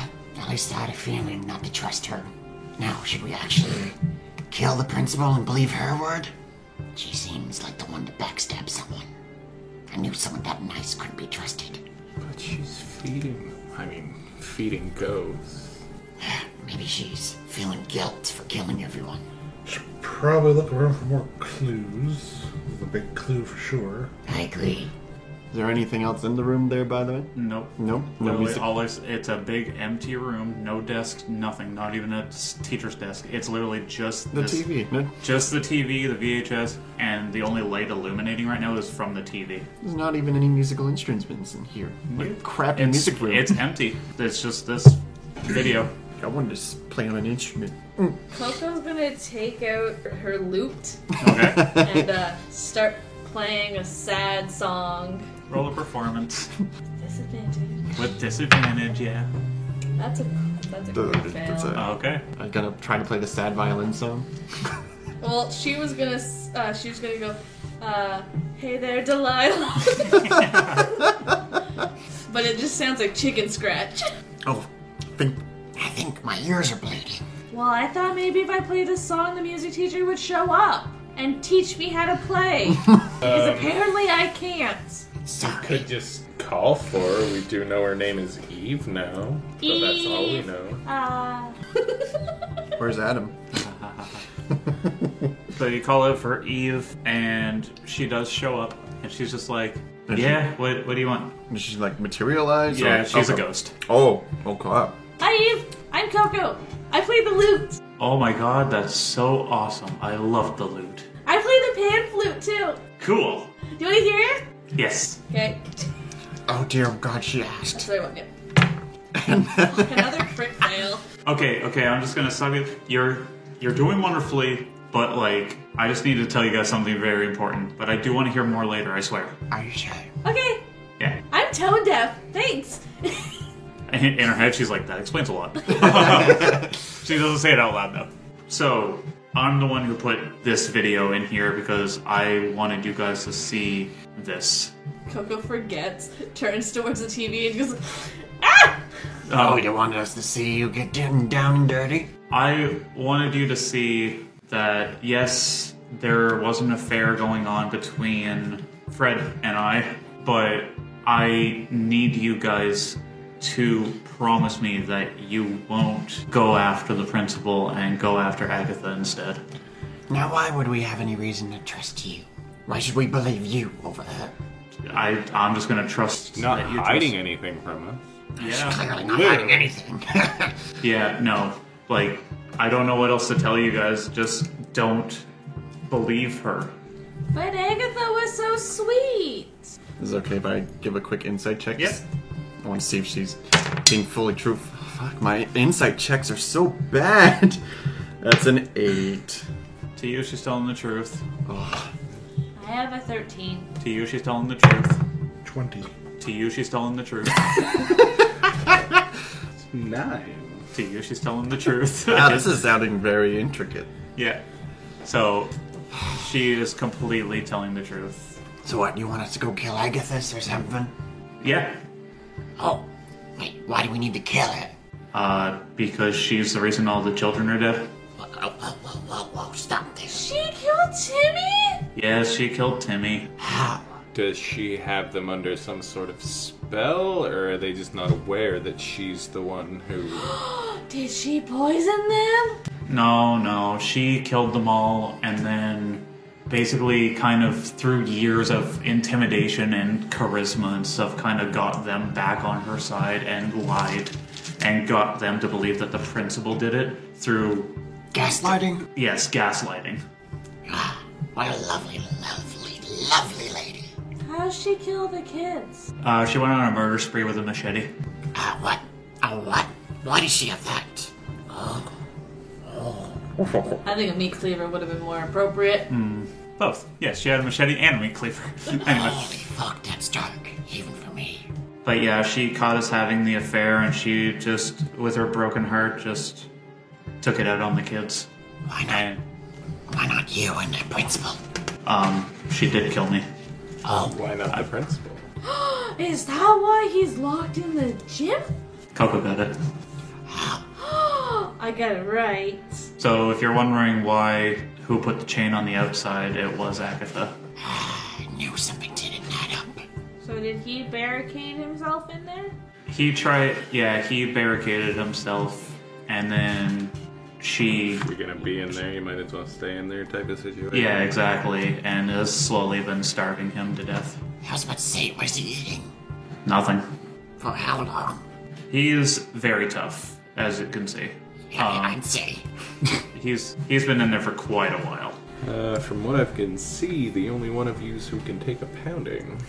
Speaker 8: At least I had a feeling not to trust her. Now, should we actually kill the principal and believe her word? She seems like the one to backstab someone. I knew someone that nice couldn't be trusted.
Speaker 5: but she's feeding. I mean, feeding goes.
Speaker 8: Maybe she's feeling guilt for killing everyone.
Speaker 2: probably look around for more clues. This is a big clue for sure.
Speaker 8: I agree.
Speaker 7: Is there anything else in the room there, by the way?
Speaker 6: Nope.
Speaker 7: No. No
Speaker 6: Literally,
Speaker 7: music.
Speaker 6: all I, s- it's a big empty room, no desk, nothing, not even a s- teacher's desk. It's literally just
Speaker 7: The
Speaker 6: this-
Speaker 7: TV. No,
Speaker 6: just the TV, the VHS, and the only light illuminating right now is from the TV.
Speaker 7: there's not even any musical instruments in here. What a crappy
Speaker 6: It's,
Speaker 7: music room.
Speaker 6: it's empty. It's just this video.
Speaker 7: I wanted to s- play on an instrument.
Speaker 3: Coco's gonna take out her looped
Speaker 6: Okay,
Speaker 3: and uh, start playing a sad song.
Speaker 6: roll a performance
Speaker 3: Disadvantage.
Speaker 6: with disadvantage. Yeah.
Speaker 3: That's a that's a good
Speaker 7: That's
Speaker 3: fail.
Speaker 7: a-
Speaker 6: Okay.
Speaker 7: I'm gonna try to play the sad violin song.
Speaker 3: Well, she was gonna s- uh, she was gonna go, uh, "Hey there, Delilah," but it just sounds like chicken scratch.
Speaker 8: Oh, I think, I think my ears are bleeding.
Speaker 3: Well, I thought maybe if I played this song, the music teacher would show up and teach me how to play. because apparently I can't.
Speaker 8: Sorry.
Speaker 5: Could just call for her. We do know her name is Eve now. So that's all we
Speaker 3: Eve.
Speaker 5: know.
Speaker 3: Uh,
Speaker 7: Where's Adam?
Speaker 6: So you call out for Eve, and she does show up, and she's just like,
Speaker 7: Is she-
Speaker 6: "Yeah, what, what do you want?"
Speaker 7: Does she like materialize? or-
Speaker 6: Yeah, she's a
Speaker 7: okay.
Speaker 6: ghost.
Speaker 7: Oh, okay.
Speaker 3: Hi, Eve. I'm Coco. I play the lute.
Speaker 6: Oh my god, that's so awesome. I love the loot.
Speaker 3: I play the pan flute too.
Speaker 6: Cool.
Speaker 3: Do you want to hear it?
Speaker 6: Yes.
Speaker 3: Okay,
Speaker 8: Oh dear God, she asked.
Speaker 3: that's what I want. Yep. Another crit fail.
Speaker 6: Okay, okay, I'm just gonna stop you. You're you're doing wonderfully, but like I just need to tell you guys something very important. But I do want to hear more later, I swear.
Speaker 8: Are you sure?
Speaker 3: Okay,
Speaker 6: Yeah.
Speaker 3: I'm tone deaf. Thanks.
Speaker 6: In her head, she's like, that explains a lot. she doesn't say it out loud, though. So, I'm the one who put this video in here because I wanted you guys to see this.
Speaker 3: Coco forgets, turns towards the TV and goes, Ah!
Speaker 8: Oh, you wanted us to see you get down, down and dirty?
Speaker 6: I wanted you to see that, yes, there was an affair going on between Fred and I, but I need you guys to promise me that you won't go after the principal and go after Agatha instead.
Speaker 8: Now, why would we have any reason to trust you? Why should we believe you over her?
Speaker 6: I, I'm just gonna trust
Speaker 5: Not
Speaker 6: that you
Speaker 5: hiding anything from us.
Speaker 6: trust. Yeah.
Speaker 8: Clearly not hiding anything.
Speaker 6: yeah, no. Like, I don't know what else to tell you guys. Just don't believe her.
Speaker 3: But Agatha was so sweet.
Speaker 7: Is it okay if I give a quick insight check?
Speaker 6: Yep.
Speaker 7: I want to see if she's being fully truthful. Fuck, my insight checks are so bad. That's an eight.
Speaker 6: To you, she's telling the truth.
Speaker 3: I have a 13.
Speaker 6: To you, she's telling the truth.
Speaker 2: Twenty.
Speaker 6: To you, she's telling the truth.
Speaker 9: Nine.
Speaker 6: to you. She's telling the truth.
Speaker 7: Wow, Ah, this is sounding very intricate.
Speaker 6: yeah. So she is completely telling the truth.
Speaker 8: So what, you want us to go kill Agathis or something?
Speaker 6: Yeah.
Speaker 8: Oh, wait, why do we need to kill her?
Speaker 6: Uh, because she's the reason all the children are dead.
Speaker 8: Whoa, whoa, whoa, whoa, whoa, stop this.
Speaker 3: She killed Timmy?
Speaker 6: Yes, she killed Timmy.
Speaker 8: How?
Speaker 5: Does she have them under some sort of spell, or are they just not aware that she's the one who.
Speaker 3: Did she poison them?
Speaker 6: No, no, she killed them all and then basically kind of through years of intimidation and charisma and stuff kind of got them back on her side and lied and got them to believe that the principal did it through
Speaker 8: Gaslighting?
Speaker 6: yes, gaslighting.
Speaker 8: Ah, what a lovely, lovely, lovely lady.
Speaker 3: How'd she kill the kids?
Speaker 6: Uh, she went on a murder spree with a machete.
Speaker 8: Ah, what? Ah, what? Why does she have that? Oh,
Speaker 3: I think a meat cleaver would have been more appropriate.
Speaker 6: Both. Yes, she had a machete and a meat cleaver. anyway.
Speaker 8: holy fuck, that's dark, even for me.
Speaker 6: But yeah, she caught us having the affair and she just, with her broken heart, just took it out on the kids.
Speaker 8: Why not?
Speaker 6: And
Speaker 8: Why not you and the principal?
Speaker 6: um, she did kill me.
Speaker 8: Oh,
Speaker 5: Why not the principal?
Speaker 3: Is that why he's locked in the gym?
Speaker 6: Coco got it.
Speaker 3: I got it right.
Speaker 6: So if you're wondering why, who put the chain on the outside, it was Agatha.
Speaker 8: I ah, knew something didn't add up.
Speaker 3: So did he barricade himself in there?
Speaker 6: He tried, yeah, he barricaded himself and then she,
Speaker 5: You're gonna be in there, you might as well stay in there type of situation.
Speaker 6: yeah, exactly, and has slowly been starving him to death.
Speaker 8: I was about to say, what is he eating?
Speaker 6: Nothing.
Speaker 8: For how long?
Speaker 6: He is very tough, as you can see.
Speaker 8: Yeah,
Speaker 6: Um,
Speaker 8: I'd say.
Speaker 6: He's he's been in there for quite a while.
Speaker 5: Uh, from what I can see, the only one of you who can take a pounding.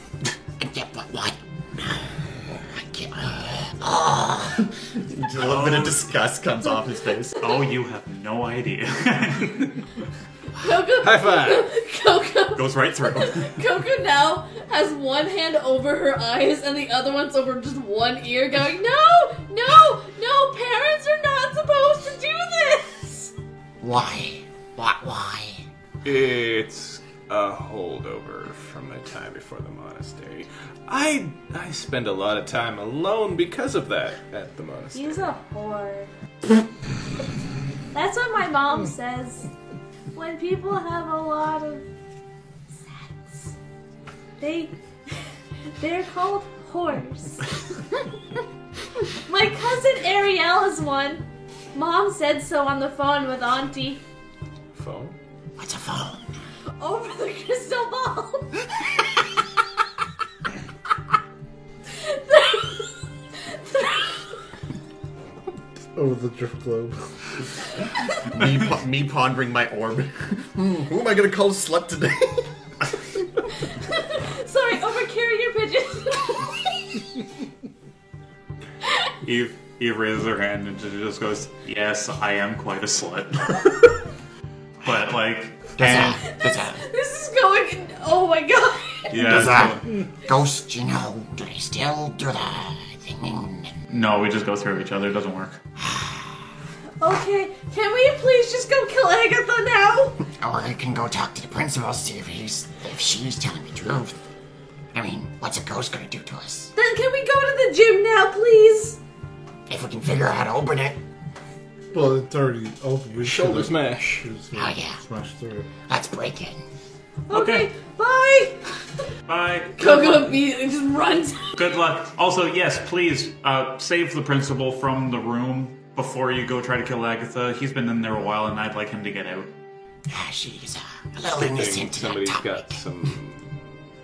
Speaker 8: Yeah, but what? I can't.
Speaker 7: A little bit of disgust comes off his face.
Speaker 6: Oh, you have no idea.
Speaker 3: Coco,
Speaker 5: High five!
Speaker 3: Coco,
Speaker 6: Goes right through.
Speaker 3: Coco now has one hand over her eyes and the other one's over just one ear, going, "No, no, no! Parents are not supposed to do this."
Speaker 8: Why? What? Why?
Speaker 5: It's a holdover from my time before the monastery. I I spend a lot of time alone because of that at the monastery.
Speaker 3: He's a whore. That's what my mom says. When people have a lot of sex, they they're called whores. my cousin Ariel is one. Mom said so on the phone with Auntie
Speaker 5: Phone?
Speaker 8: What's a phone?
Speaker 3: over the crystal ball.
Speaker 2: Oh, the drift globe.
Speaker 7: me, po- me pondering my orb. Hmm, who am I gonna call slut today?
Speaker 3: Sorry, over carrier pigeon.
Speaker 6: Eve Eve raises her hand and just goes, "Yes, I am quite a slut." but like, and,
Speaker 8: Does a
Speaker 3: this is going. In, oh my god.
Speaker 6: yeah,
Speaker 7: Does that-
Speaker 6: so-
Speaker 8: ghost, you know, do they still do the thing?
Speaker 6: no, we just go through each other. It doesn't work.
Speaker 3: Okay, can we please just go kill Agatha now?
Speaker 8: Or I can go talk to the principal, see if he's if she's telling the truth. I mean, what's a ghost gonna do to us?
Speaker 3: Then can we go to the gym now, please?
Speaker 8: If we can figure out how to open it,
Speaker 2: Well, it's already open. We
Speaker 5: Shoulder
Speaker 2: should've
Speaker 5: smash.
Speaker 2: just
Speaker 8: Oh, yeah.
Speaker 2: Smashed through it.
Speaker 8: let's break it.
Speaker 3: Okay,
Speaker 6: Okay.
Speaker 3: bye.
Speaker 6: Bye.
Speaker 3: Coco immediately just runs.
Speaker 6: Good luck. Also, yes, please uh, save the principal from the room before you go try to kill Agatha. He's been in there a while, and I'd like him to get out.
Speaker 8: Ah, she's uh, a little
Speaker 5: Thing.
Speaker 8: innocent to that
Speaker 5: Somebody's
Speaker 8: topic.
Speaker 5: got some.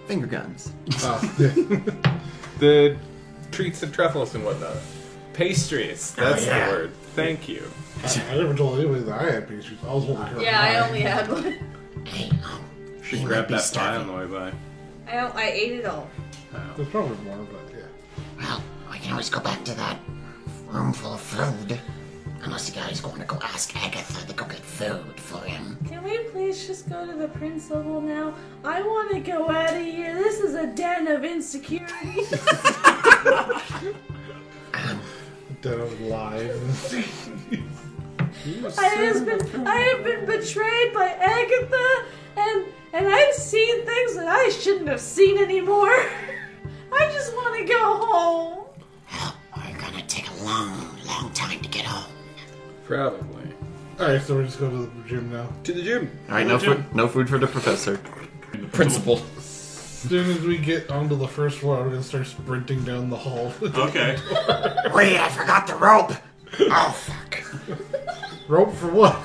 Speaker 7: Finger guns.
Speaker 2: Oh, yeah.
Speaker 5: The treats and truffles and whatnot. Pastries. That's
Speaker 7: yeah.
Speaker 5: the word. Thank you.
Speaker 2: I never told anybody that I had pastries. I was holding her.
Speaker 3: Yeah, I only had one.
Speaker 8: Hey, um,
Speaker 5: Should
Speaker 8: he
Speaker 5: grab
Speaker 8: might be
Speaker 5: that pie on
Speaker 8: starving.
Speaker 5: the way by.
Speaker 3: I, I ate it all.
Speaker 2: There's probably more, but yeah.
Speaker 8: Well, we can always go back to that room full of food. Unless you guys want to go ask Agatha to go get food for him.
Speaker 3: Can we please just go to the principal now? I want to go out of here. This is a den of insecurity.
Speaker 8: Um,
Speaker 2: dead alive.
Speaker 3: I has been I have been betrayed by Agatha and and I've seen things that I shouldn't have seen anymore. I just want to go home.
Speaker 8: Hell, we're gonna take a long, long time to get home.
Speaker 5: Probably.
Speaker 2: Alright, so we're just going to the gym now.
Speaker 5: To the gym.
Speaker 7: All right, no food. No food for the professor. Principal.
Speaker 2: As soon as we get onto the first floor, we're going to start sprinting down the hall.
Speaker 6: Okay.
Speaker 8: Wait, I forgot the rope! Oh, fuck.
Speaker 2: Rope for what?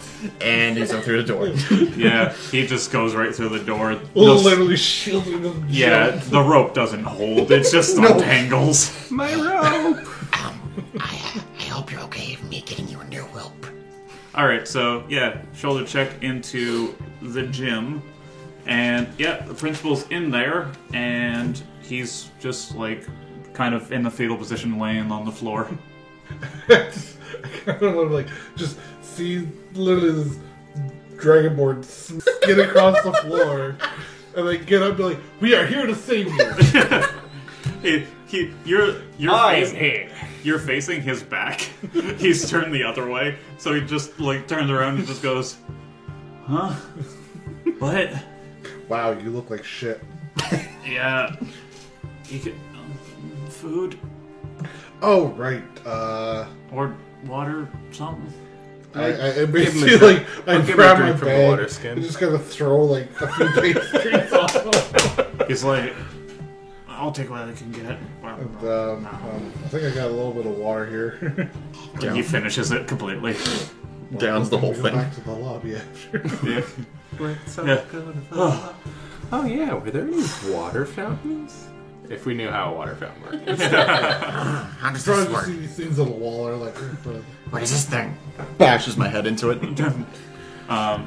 Speaker 7: And he's up through the door.
Speaker 6: Yeah, he just goes right through the door.
Speaker 2: We'll
Speaker 6: No s-
Speaker 2: literally shield you. with the
Speaker 6: yeah,
Speaker 2: jump.
Speaker 6: the rope doesn't hold. It just untangles.
Speaker 5: My rope.
Speaker 8: I, uh, I hope you're okay with me getting you a new rope.
Speaker 6: All right, so yeah, shoulder check into the gym, and yeah, the principal's in there, and he's just like kind of in the fetal position, laying on the floor.
Speaker 2: I kind of want to like just see literally this dragonborn skid across the floor, and like get up and be like, "We are here to save you."
Speaker 6: He- he- you're you're
Speaker 5: I'm
Speaker 6: facing, you're facing his back. he's turned the other way, so he just like turns around and just goes, "Huh? What?
Speaker 2: wow, you look like shit.
Speaker 6: Yeah, you could um, food
Speaker 2: Oh right, uh,
Speaker 6: or water, something."
Speaker 2: I, I, I
Speaker 5: him a
Speaker 2: basically
Speaker 5: drink.
Speaker 2: like I
Speaker 5: I'll give him a
Speaker 2: grab my
Speaker 5: drink from the
Speaker 2: bag
Speaker 5: water skin.
Speaker 2: and just kind of throw like a few pastries off.
Speaker 6: He's like, I'll take what I can get. Well,
Speaker 2: Um, um, I think I got a little bit of water here.
Speaker 6: He finishes it completely.
Speaker 7: Downs the whole
Speaker 2: We go
Speaker 7: thing.
Speaker 2: Back to the lobby after.
Speaker 6: yeah.
Speaker 5: Let's all
Speaker 6: Yeah.
Speaker 5: go to the- Oh yeah, were there any water fountains? If we knew how a water fountain worked.
Speaker 8: How does this
Speaker 2: Trying to
Speaker 8: work?
Speaker 2: see these things on the wall are like.
Speaker 8: What is this thing?
Speaker 7: Bashes my head into it.
Speaker 6: Um,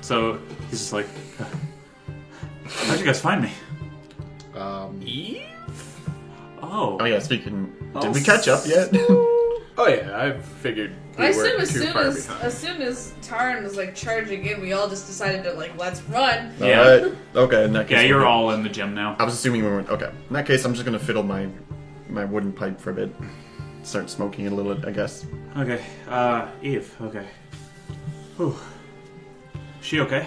Speaker 6: so he's just like, how'd you guys find me?
Speaker 2: Um,
Speaker 5: Eve?
Speaker 6: Oh,
Speaker 7: Oh yeah, speaking.
Speaker 5: Oh,
Speaker 7: Did we catch up yet?
Speaker 5: Oh yeah, I figured we
Speaker 3: I
Speaker 5: were
Speaker 3: assume as
Speaker 5: too
Speaker 3: soon
Speaker 5: far
Speaker 3: as
Speaker 5: behind.
Speaker 3: as soon as Tarn was like charging in, we all just decided to like let's run.
Speaker 6: Yeah.
Speaker 7: All right. Okay. In that case,
Speaker 6: yeah, you're
Speaker 7: we're-
Speaker 6: all in the gym now.
Speaker 7: I was assuming we weren't. Okay. In that case, I'm just gonna fiddle my my wooden pipe for a bit. Start smoking it a little. I guess.
Speaker 6: Okay, uh, Eve. Okay. Whew. She okay?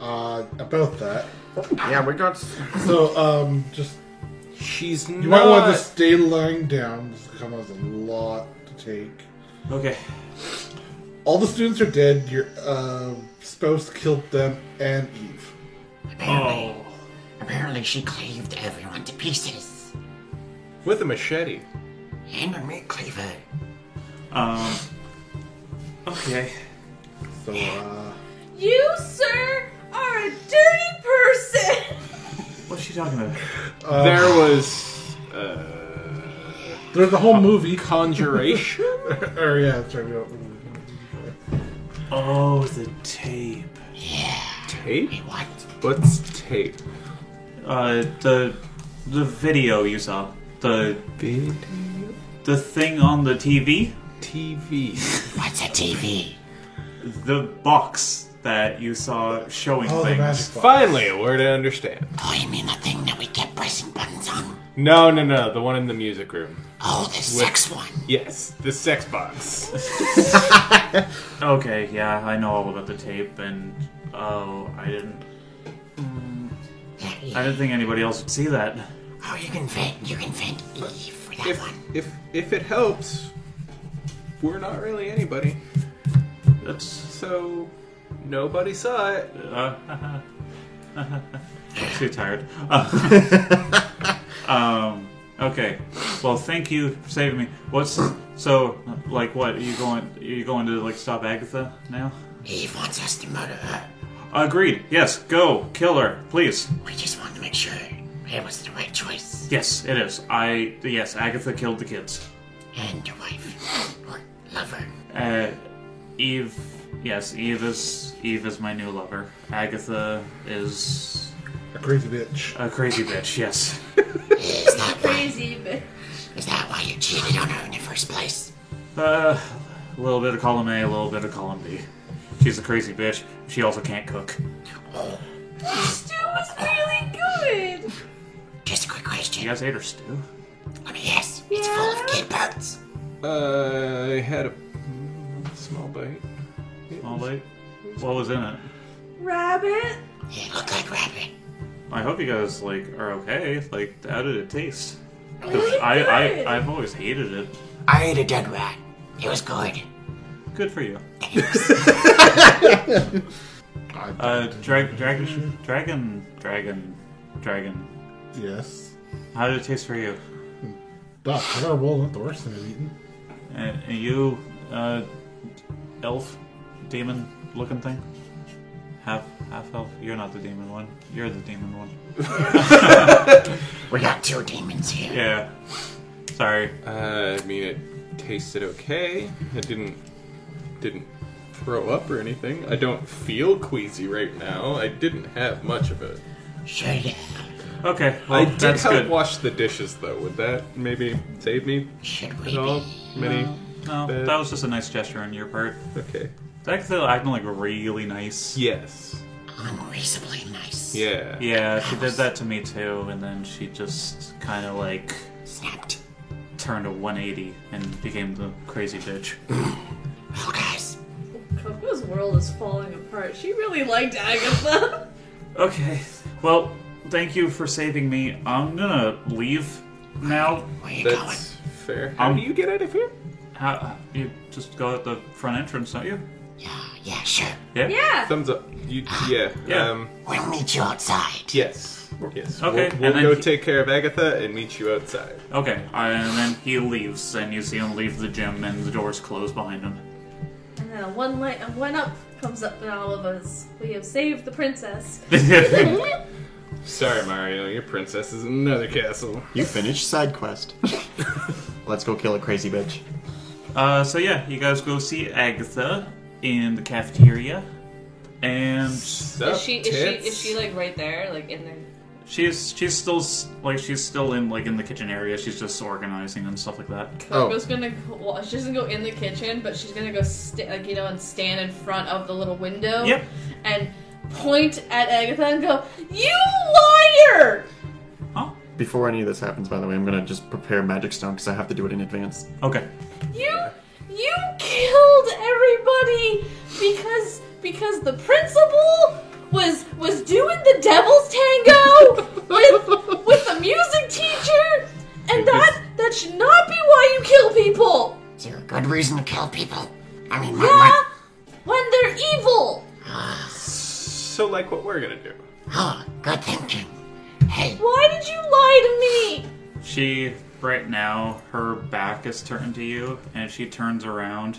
Speaker 2: uh, about that.
Speaker 7: Yeah, we got.
Speaker 2: So, um, just
Speaker 5: She's
Speaker 2: You might want to stay lying down. This come as a lot to take.
Speaker 6: Okay.
Speaker 2: All the students are dead. Your uh, spouse killed them and Eve.
Speaker 8: Apparently,
Speaker 6: Oh,
Speaker 8: apparently she cleaved everyone to pieces.
Speaker 5: with a machete.
Speaker 8: And a meat cleaver.
Speaker 6: um, okay.
Speaker 2: So, uh,
Speaker 3: You sir are a dirty person.
Speaker 6: What's she talking about?
Speaker 5: there was uh,
Speaker 2: there's a whole movie.
Speaker 5: conjuration.
Speaker 2: or yeah, sorry, we don't.
Speaker 6: Oh, the tape.
Speaker 5: tape?
Speaker 8: What?
Speaker 5: What's tape?
Speaker 6: Uh, the the video you saw. The
Speaker 5: Video?
Speaker 6: the thing on the TV.
Speaker 5: TV.
Speaker 8: What's a TV?
Speaker 6: the box that you saw showing
Speaker 2: Oh, the
Speaker 6: things.
Speaker 2: magic box.
Speaker 5: Finally, a word I understand.
Speaker 8: Oh, you mean the thing that we kept pressing buttons on?
Speaker 5: No, no, no, the one in the music room.
Speaker 8: Oh, the sex one.
Speaker 5: Yes, the sex box.
Speaker 6: Okay, yeah, I know all about the tape, and oh, I didn't,
Speaker 8: Yeah,
Speaker 6: I
Speaker 8: yeah.
Speaker 6: didn't think anybody else would see that.
Speaker 8: Oh, you can vent. You can vent Eve for that
Speaker 5: If,
Speaker 8: one.
Speaker 5: if, if it helps, we're not really anybody.
Speaker 6: That's
Speaker 5: So, nobody saw it.
Speaker 6: uh, too tired. um, okay, well, thank you for saving me. What's so like? What are you going? Are you going to like stop Agatha now?
Speaker 8: Eve wants us to murder her.
Speaker 6: Agreed. Yes, go kill her, please.
Speaker 8: We just wanted to make sure it was the right choice.
Speaker 6: Yes, it is. I yes, Agatha killed the kids.
Speaker 8: And your wife. Or lover.
Speaker 6: Uh, Eve, yes, Eve is Eve is my new lover. Agatha is
Speaker 2: A crazy bitch.
Speaker 6: a crazy bitch. Yes.
Speaker 8: Is that why,
Speaker 3: Crazy bitch.
Speaker 8: is that why you cheated on her in the first place?
Speaker 6: Uh, a little bit of column A, a little bit of column B. She's a crazy bitch. She also can't cook.
Speaker 3: Stew was really good.
Speaker 8: Just a quick question.
Speaker 6: You guys ate her stew?
Speaker 8: Let me guess. It's full of
Speaker 3: Yeah.
Speaker 8: kid parts.
Speaker 5: Uh, I had a small bite.
Speaker 6: Small bite. What was in it?
Speaker 3: Rabbit?
Speaker 8: Yeah, it looked like rabbit.
Speaker 6: I hope you guys like are okay. Like, how did it taste? 'Cause
Speaker 3: Really
Speaker 6: I,
Speaker 3: good.
Speaker 6: I I've always hated it.
Speaker 8: I ate a dead rat. It was good.
Speaker 6: Good for you.
Speaker 2: I,
Speaker 6: Uh, drag, dragon, dragon, dragon, dragon.
Speaker 2: yes.
Speaker 6: How did it taste for you?
Speaker 2: Doc, I gotta roll not the worst thing I've eaten.
Speaker 6: Uh, you, uh, elf, demon looking thing? Half, half elf? You're not the demon one. You're the demon one.
Speaker 8: We got two demons here.
Speaker 6: Yeah. Sorry.
Speaker 5: Uh, I mean, it tasted okay. It didn't didn't throw up or anything. I don't feel queasy right now. I didn't have much of it. Oh,
Speaker 8: Sure, yeah.
Speaker 6: Okay, well,
Speaker 5: I did
Speaker 6: that's
Speaker 5: help
Speaker 6: good.
Speaker 5: wash the dishes though. Would that maybe save me
Speaker 8: Should we
Speaker 5: at all?
Speaker 8: be?
Speaker 5: Many.
Speaker 6: No, that was just a nice gesture on your part.
Speaker 5: Okay.
Speaker 6: That's still acting like really nice.
Speaker 5: Yes.
Speaker 8: Unreasonably nice.
Speaker 5: Yeah.
Speaker 6: Yeah, she did that to me too, and then she just kind of like
Speaker 8: Snapped.
Speaker 6: turned a 180 and became the crazy bitch.
Speaker 8: Well, guys,
Speaker 3: Coco's world is falling apart. She really liked Agatha.
Speaker 6: Okay, well, thank you for saving me. I'm gonna leave now.
Speaker 8: where you going?
Speaker 5: That's fair. How
Speaker 6: Um,
Speaker 5: do you get out of here?
Speaker 6: How, you just go at the front entrance, don't you?
Speaker 8: Yeah, yeah, sure.
Speaker 3: yeah.
Speaker 5: Thumbs up. You, yeah.
Speaker 6: Yeah.
Speaker 5: Um,
Speaker 8: We'll meet you outside.
Speaker 5: yes. Yes.
Speaker 6: Okay,
Speaker 5: We'll,
Speaker 6: and
Speaker 5: we'll
Speaker 6: then
Speaker 5: go
Speaker 6: he-
Speaker 5: take care of Agatha and meet you outside.
Speaker 6: Okay, and then he leaves, and you see him leave the gym, and the doors close behind him.
Speaker 3: And then a one light and one up comes up in all of us. We have saved the princess.
Speaker 5: Sorry, Mario. Your princess is in another castle.
Speaker 7: You finished side quest. Let's go kill a crazy bitch.
Speaker 6: uh, so yeah, you guys go see Agatha in the cafeteria, and
Speaker 5: Sup,
Speaker 3: is she is
Speaker 5: tits?
Speaker 3: she is she like right there, like in there?
Speaker 6: she's she's still s- like she's still in like in the kitchen area. She's just organizing and stuff like that.
Speaker 7: Oh.
Speaker 3: Coco's gonna go- well, she doesn't go in the kitchen, but she's gonna go sta like you know and stand in front of the little window.
Speaker 6: Yep.
Speaker 3: And point at Agatha and go, "You liar!"
Speaker 6: Huh?
Speaker 7: Before any of this happens, by the way, I'm gonna just prepare magic stone because I have to do it in advance.
Speaker 6: Okay.
Speaker 3: You you killed everybody because because the principal was was doing the devil's tango with with the music teacher, and that that should not be why you kill people.
Speaker 8: Is there a good reason to kill people? I mean, my,
Speaker 3: Yeah,
Speaker 8: my,
Speaker 3: Ah, when they're evil.
Speaker 5: So, like, what we're gonna do?
Speaker 8: oh, good thinking. Hey,
Speaker 3: Why did you lie to me?
Speaker 6: She right now her back is turned to you, and she turns around,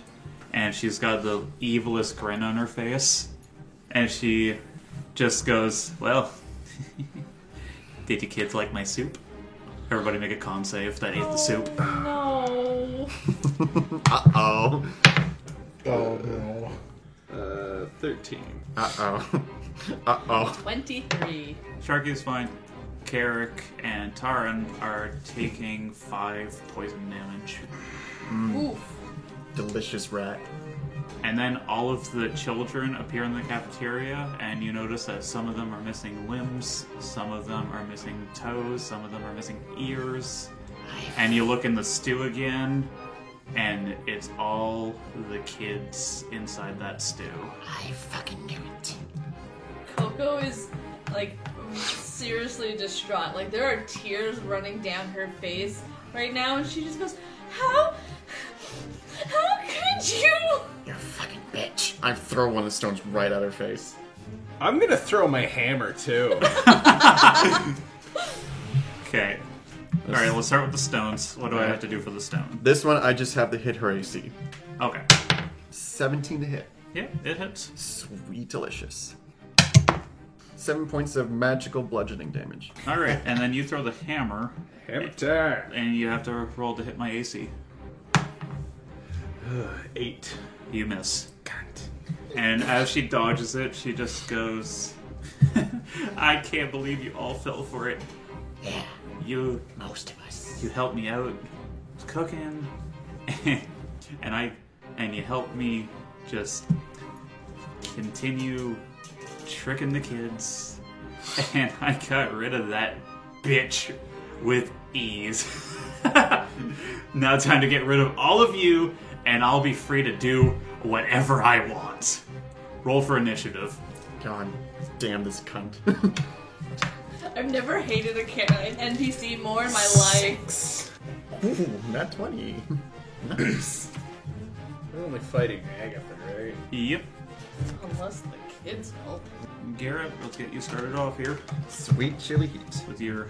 Speaker 6: and she's got the evilest grin on her face, and she just goes, "Well, did you kids like my soup?" Everybody make a con save that ate the soup.
Speaker 3: No.
Speaker 7: Uh oh.
Speaker 2: Oh no.
Speaker 5: Uh, 13.
Speaker 7: Uh oh. Uh oh.
Speaker 3: 23.
Speaker 6: Sharky's fine. Carrick and Taran are taking five poison damage.
Speaker 3: Oof.
Speaker 7: Delicious rat.
Speaker 6: And then all of the children appear in the cafeteria, and you notice that some of them are missing limbs, some of them are missing toes, some of them are missing ears. And you look in the stew again, and it's all the kids inside that stew.
Speaker 8: I fucking knew it.
Speaker 3: Coco is like seriously distraught. Like there are tears running down her face right now, and she just goes, "How? How could you?"
Speaker 8: You're a fucking bitch.
Speaker 7: I throw one of the stones right at her face.
Speaker 5: I'm gonna throw my hammer too.
Speaker 6: Okay. Alright, let's start with the stones. What do I have to do for the stone?
Speaker 7: This one, I just have to hit her AC.
Speaker 6: Okay.
Speaker 7: 17 to hit.
Speaker 6: Yeah, it hits.
Speaker 7: Sweet delicious. Seven points of magical bludgeoning damage.
Speaker 6: Alright, and then you throw the hammer,
Speaker 5: hammer time.
Speaker 6: and you have to roll to hit my AC.
Speaker 5: Eight.
Speaker 6: You miss. And as she dodges it, she just goes, I can't believe you all fell for it.
Speaker 8: Yeah,
Speaker 6: You
Speaker 8: most of us.
Speaker 6: you helped me out with cooking and I and you helped me just continue tricking the kids and I got rid of that bitch with ease. Now time to get rid of all of you, and I'll be free to do whatever I want. Roll for initiative.
Speaker 7: God damn this cunt.
Speaker 3: I've never hated a ca- an NPC more in my life.
Speaker 7: Ooh, not 20. Nice.
Speaker 5: We're only fighting Agatha, right?
Speaker 6: Yep.
Speaker 3: Unless the kids help.
Speaker 6: Garrett, let's get you started off here
Speaker 7: Sweet chili heat.
Speaker 6: with your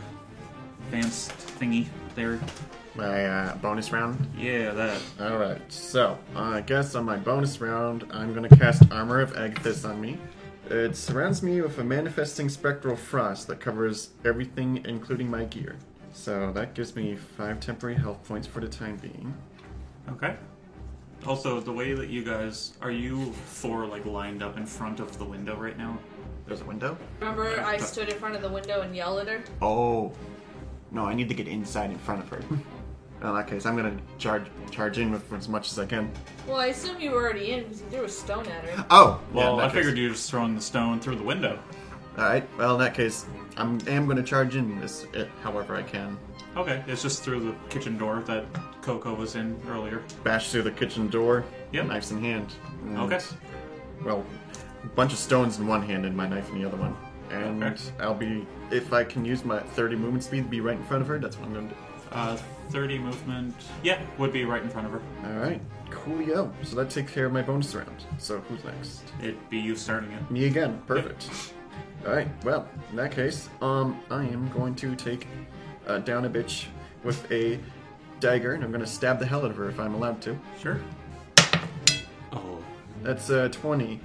Speaker 6: advanced thingy there.
Speaker 7: My uh, bonus round.
Speaker 6: Yeah, that.
Speaker 7: Alright, so uh, I guess on my bonus round, I'm gonna cast Armor of Agathis on me. It surrounds me with a manifesting spectral frost that covers everything, including my gear. So that gives me five temporary health points for the time being.
Speaker 6: Okay. Also, the way that you guys are you four like lined up in front of the window right now?
Speaker 7: There's a window?
Speaker 3: Remember, I stood in front of the window and yelled at her.
Speaker 7: Oh. No, I need to get inside in front of her. In that case, I'm gonna charge charge in with as much as I can.
Speaker 3: Well, I assume you were already in because you threw a stone at her.
Speaker 7: Oh!
Speaker 6: Well, I figured you're just throwing the stone through the window.
Speaker 7: Alright, well, in that case, I'm am gonna charge in this uh, however I can.
Speaker 6: Okay, it's just through the kitchen door that Coco was in earlier.
Speaker 7: bash through the kitchen door,
Speaker 6: Yep.
Speaker 7: knives in hand. And,
Speaker 6: Okay.
Speaker 7: Well, a bunch of stones in one hand and my knife in the other one. And
Speaker 6: Okay.
Speaker 7: I'll be, if I can use my 30 movement speed to be right in front of her, that's what I'm going to do.
Speaker 6: Uh, 30 movement. Yeah, would be right in front of her.
Speaker 7: Alright, coolio. So that takes care of my bonus round. So who's next?
Speaker 6: It'd be you starting it.
Speaker 7: Me again. Perfect. Alright, well, in that case, um, I am going to take uh, down a bitch with a dagger and I'm going to stab the hell out of her if I'm allowed to.
Speaker 6: Sure.
Speaker 5: Oh.
Speaker 7: That's uh, 20.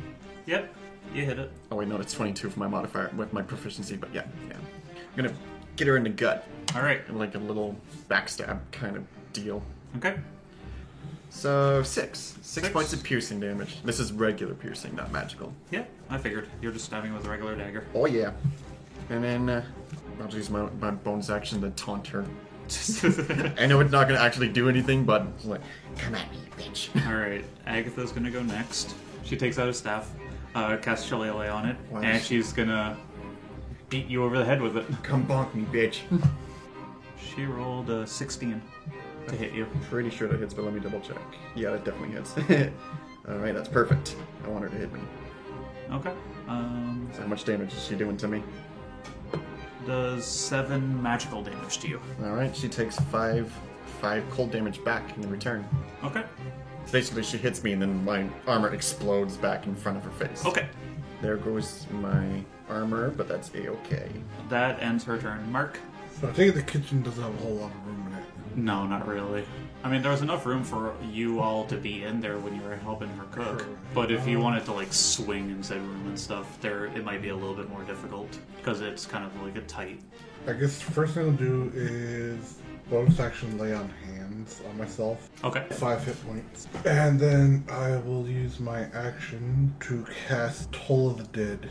Speaker 6: Yep, you hit it.
Speaker 7: Oh wait, no, it's 22 for my modifier with my proficiency, but yeah, yeah. I'm gonna get her in the gut,
Speaker 6: All right.
Speaker 7: in like a little backstab kind of deal.
Speaker 6: Okay.
Speaker 7: So six, six
Speaker 6: Six.
Speaker 7: points of piercing damage. This is regular piercing, not magical.
Speaker 6: Yeah, I figured. You're just stabbing with a regular dagger.
Speaker 7: Oh yeah. And then uh, I'll just use my my bonus action to taunt her. I know it's not gonna actually do anything, but it's like,
Speaker 8: Come at me, bitch.
Speaker 6: All right, Agatha's gonna go next. She takes out a staff, uh, casts Shillelagh on it,
Speaker 7: Wow.
Speaker 6: and she's gonna beat you over the head with it.
Speaker 7: come bonk me, bitch.
Speaker 6: She rolled a 16 to hit you.
Speaker 7: Pretty sure that hits, but let me double check. Yeah, that definitely hits. All right, that's perfect. I want her to hit me.
Speaker 6: Okay. Um,
Speaker 7: So how much damage is she doing to me?
Speaker 6: does seven magical damage to you.
Speaker 7: All right, she takes five five cold damage back in the return.
Speaker 6: Okay.
Speaker 7: So basically, she hits me, and then my armor explodes back in front of her face.
Speaker 6: Okay.
Speaker 7: There goes my armor, but that's a okay.
Speaker 6: That ends her turn. Mark?
Speaker 2: So I think the kitchen doesn't have a whole lot of room in it.
Speaker 6: No, not really. I mean, there was enough room for you all to be in there when you were helping her cook. But if you wanted to like swing inside room and stuff, there it might be a little bit more difficult because it's kind of like a tight.
Speaker 2: I guess the first thing I'll do is bonus action lay on hands on myself.
Speaker 6: Okay.
Speaker 2: Five hit points. And then I will use my action to cast Toll of the Dead.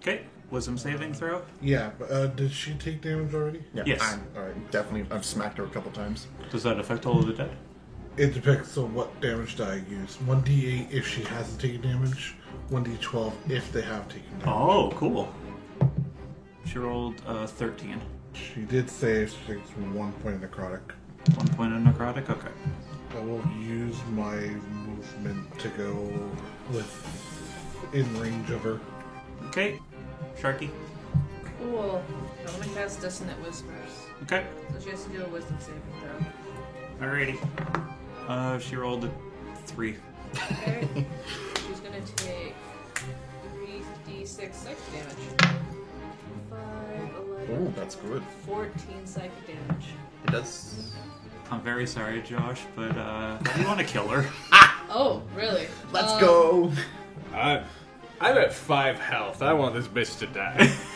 Speaker 6: Okay. Wisdom saving throw.
Speaker 2: Yeah, but uh, did she take damage already?
Speaker 7: Yeah,
Speaker 6: Yes.
Speaker 7: I'm, all right, definitely. I've smacked her a couple times.
Speaker 6: Does that affect all of the dead?
Speaker 2: It depends on what damage die I use. 1d8 if she hasn't taken damage, 1d12 if they have taken damage.
Speaker 6: Oh, cool. She rolled uh, 13.
Speaker 2: She did say she takes one point of necrotic.
Speaker 6: One point of necrotic. Okay.
Speaker 2: I will use my movement to go with in range of her.
Speaker 6: Okay. Sharky.
Speaker 3: Cool. I'm gonna cast Dissonant Whispers.
Speaker 6: Okay.
Speaker 3: So she has to do a wisdom saving throw.
Speaker 6: Alrighty. Uh, she rolled a three.
Speaker 3: Okay. She's gonna take 3d6 psychic damage. 5, 11,
Speaker 7: Ooh, that's good.
Speaker 3: 14 psychic damage.
Speaker 7: It does.
Speaker 6: I'm very sorry, Josh, but uh, how do you want to kill her?
Speaker 3: Oh, really?
Speaker 7: Let's
Speaker 3: Um,
Speaker 7: go.
Speaker 5: I'm, I'm at five health. I want this bitch to die.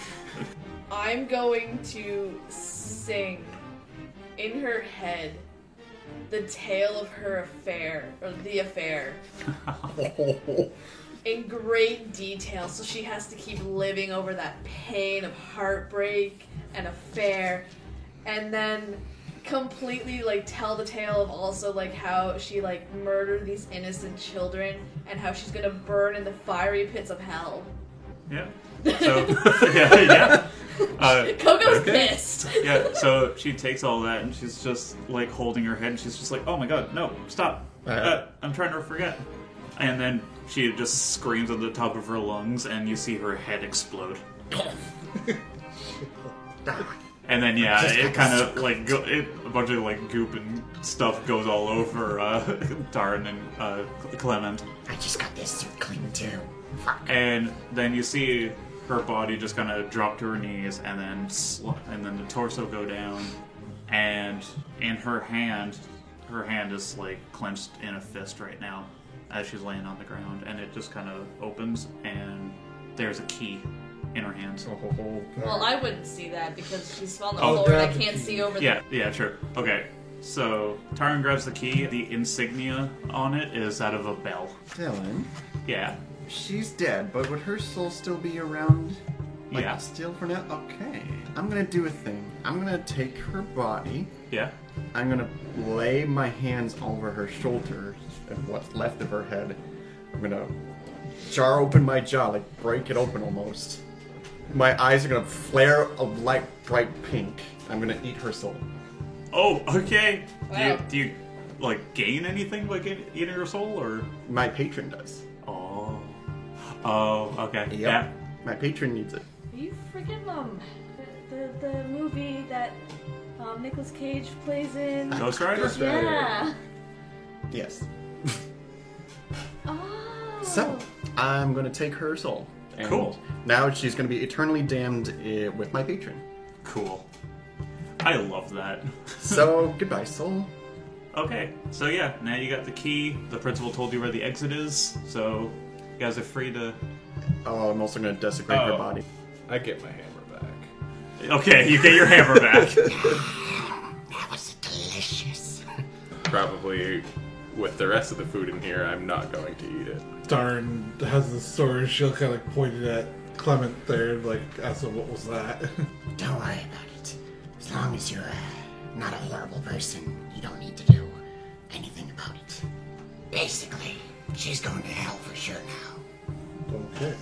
Speaker 3: I'm going to sing in her head the tale of her affair, or the affair, in great detail, so she has to keep living over that pain of heartbreak and affair, and then completely like tell the tale of also like how she like murdered these innocent children and how she's gonna burn in the fiery pits of hell.
Speaker 6: yeah. So, yeah, yeah. Uh,
Speaker 3: Coco's
Speaker 5: Okay.
Speaker 3: pissed.
Speaker 6: yeah, so she takes all that and she's just like holding her head and she's just like, oh my god, no, stop. Uh, I'm trying to forget. And then she just screams at the top of her lungs and you see her head explode. And then yeah, it kind of like go, it, a bunch of like goop and stuff goes all over uh, Darn and uh, Clement.
Speaker 8: I just got this suit clean too. Fuck.
Speaker 6: and then you see her body just kind of drop to her knees and then sl- and then the torso go down and in her hand her hand is like clenched in a fist right now as she's laying on the ground and it just kind of opens and there's a key in her hand
Speaker 3: Well, I wouldn't see that because she's on the
Speaker 6: Oh,
Speaker 3: floor and I
Speaker 2: grab the
Speaker 3: can't
Speaker 2: key.
Speaker 3: see over
Speaker 6: yeah yeah sure okay so Taran grabs the key the insignia on it is that of a bell
Speaker 7: Dylan,
Speaker 6: yeah
Speaker 7: she's dead, but would her soul still be around? Like,
Speaker 6: Yeah.
Speaker 7: Still for now? Okay. I'm gonna do a thing. I'm gonna take her body.
Speaker 6: yeah
Speaker 7: I'm gonna lay my hands over her shoulders and what's left of her head. I'm gonna jar open my jaw, like break it open almost. My eyes are gonna flare a light, bright pink. I'm gonna eat her soul.
Speaker 6: Oh, okay.
Speaker 3: Wow.
Speaker 6: Do, you, do you like gain anything by get, eating her soul, or
Speaker 7: My patron does.
Speaker 6: oh, oh, okay,
Speaker 7: Yep.
Speaker 6: yeah,
Speaker 7: My patron needs it.
Speaker 3: the. You freaking mum. The, the, the movie that um, Nicolas Cage plays in.
Speaker 6: Ghost Rider.
Speaker 7: Ghost Rider.
Speaker 3: yeah.
Speaker 7: Yes.
Speaker 3: Oh.
Speaker 7: So, I'm gonna take her soul. And
Speaker 6: Cool.
Speaker 7: Now she's gonna be eternally damned uh, with my patron.
Speaker 6: Cool. I love that.
Speaker 7: So, goodbye, soul.
Speaker 6: okay, so yeah, now you got the key. The principal told you where the exit is, so you guys are free to.
Speaker 7: Oh, I'm also gonna desecrate her
Speaker 5: Oh.
Speaker 7: body.
Speaker 5: I get my hammer back.
Speaker 6: Okay, you get your hammer back.
Speaker 8: That was delicious.
Speaker 5: Probably with the rest of the food in here, I'm not going to eat it.
Speaker 2: Darn has the sword shield kind of pointed at Clement there, like, asked him what was that.
Speaker 8: Don't worry about it. As long as you're uh, not a horrible person, you don't need to do anything about it. Basically, she's going to hell for sure now.
Speaker 2: okay.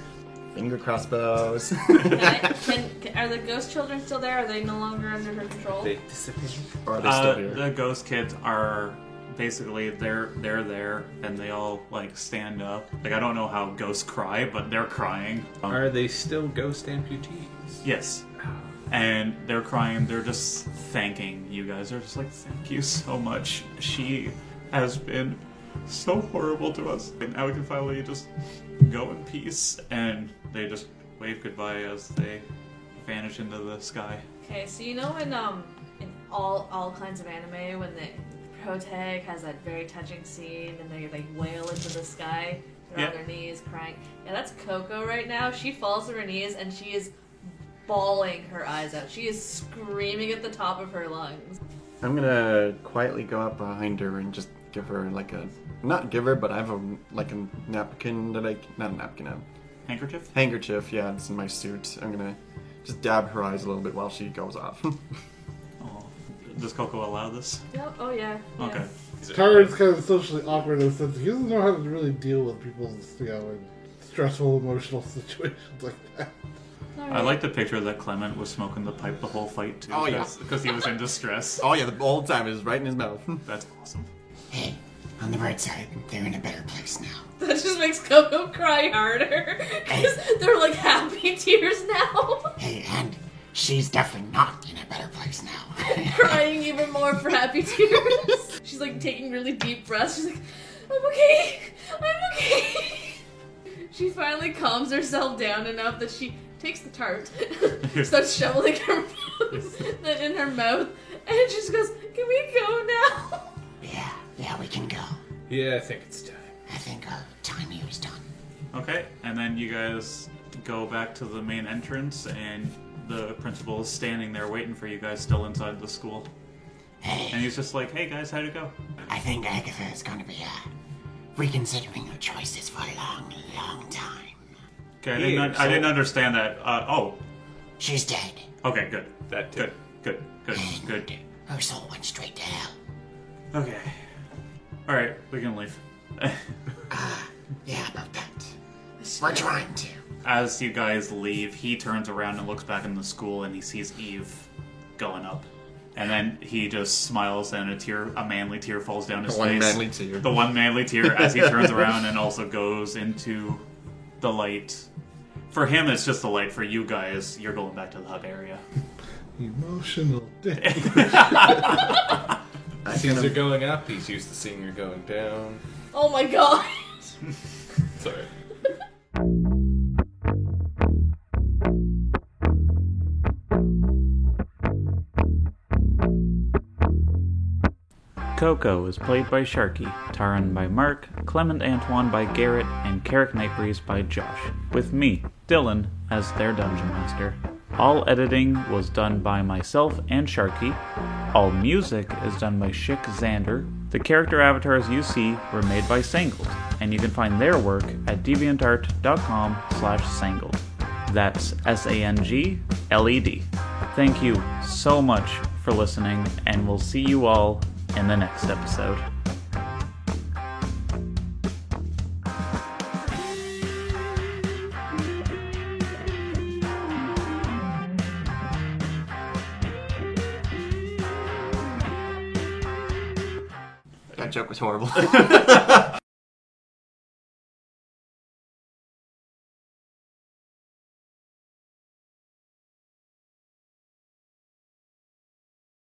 Speaker 7: Finger crossbows.
Speaker 3: Can I, can, can, are the ghost children still there? Are they no longer under her control?
Speaker 7: Are they
Speaker 6: Uh,
Speaker 7: still here?
Speaker 6: the ghost kids are basically they're they're there and they all like stand up. Like I don't know how ghosts cry, but they're crying. Um,
Speaker 5: Are they still ghost amputees? Oh.
Speaker 6: Yes. And they're crying. They're just thanking you guys. They're just like, thank you so much. She has been so horrible to us. And now we can finally just go in peace. And they just wave goodbye as they vanish into the sky.
Speaker 3: Okay, so you know in um in all all kinds of anime when the protag has that very touching scene and they like wail into the sky, they're on
Speaker 6: Yeah.
Speaker 3: their knees crying. Yeah, that's Coco right now. She falls to her knees and she is bawling her eyes out. She is screaming at the top of her lungs.
Speaker 7: I'm gonna quietly go up behind her and just give her like a not give her, but I have a like a napkin that I not a napkin, a
Speaker 6: Handkerchief?
Speaker 7: handkerchief. Yeah, it's in my suit. I'm gonna just dab her eyes a little bit while she goes off.
Speaker 6: Oh. Does Coco allow this?
Speaker 3: Yep. Oh yeah. yeah.
Speaker 6: Okay.
Speaker 2: Taran's kind of socially awkward in the sense he doesn't know how to really deal with people's, you know, stressful emotional situations like that.
Speaker 6: I like the picture that Clement was smoking the pipe the whole fight, too.
Speaker 7: Oh, yeah.
Speaker 6: Because he was in distress.
Speaker 7: oh yeah, the old time is right in his mouth.
Speaker 6: That's awesome.
Speaker 8: Hey, on the bright side, they're in a better place now.
Speaker 3: That just makes Coco cry harder because they're like happy tears now,
Speaker 8: Hey, and she's definitely not in a better place now.
Speaker 3: crying even more for happy tears. She's like taking really deep breaths. She's like, I'm okay, I'm okay. She finally calms herself down enough that she takes the tart, starts shoveling her bones in her mouth, and she just goes, "Can we go now?"
Speaker 8: yeah, yeah, we can go.
Speaker 5: Yeah, I think it's time.
Speaker 8: I think our time here is done.
Speaker 6: Okay, and then you guys go back to the main entrance, and the principal is standing there waiting for you guys, still inside the school. And
Speaker 8: Hey,
Speaker 6: he's just like, "Hey guys, how'd it go?"
Speaker 8: I think Agatha is going to be uh, reconsidering her choices for a long, long time.
Speaker 6: Okay, I didn't,
Speaker 5: Yeah,
Speaker 6: I didn't
Speaker 5: so-
Speaker 6: understand that. Uh, oh,
Speaker 8: She's dead.
Speaker 6: okay, good,
Speaker 5: That too.
Speaker 6: good, good, good,
Speaker 8: And
Speaker 6: good.
Speaker 8: Her soul went straight to hell.
Speaker 6: Okay, all right, we can leave.
Speaker 8: Yeah, about that. We're trying to.
Speaker 6: As you guys leave, he turns around and looks back in the school and he sees Eve going up. And then he just smiles and a tear, a manly tear falls down his
Speaker 7: The one
Speaker 6: face.
Speaker 7: manly tear.
Speaker 6: The one manly tear as he turns around and also goes into the light. For him, it's just the light. For you guys, you're going back to the hub area.
Speaker 2: Emotional dick.
Speaker 5: Seems are going up. He's used to seeing her going down.
Speaker 3: Oh my god.
Speaker 5: Sorry.
Speaker 1: Coco is played by Sharky, Taran by Mark, Clement Antoine by Garrett, and Carrick Nightbreeze by Josh, with me, Dylan, as their dungeon master. All editing was done by myself and Sharky. All music is done by Schick Xander. The character avatars you see were made by Sangled, and you can find their work at deviantart.com slash sangled. That's S-A-N-G-L-E-D. E Thank you so much for listening, and we'll see you all in the next episode.
Speaker 8: That joke was horrible.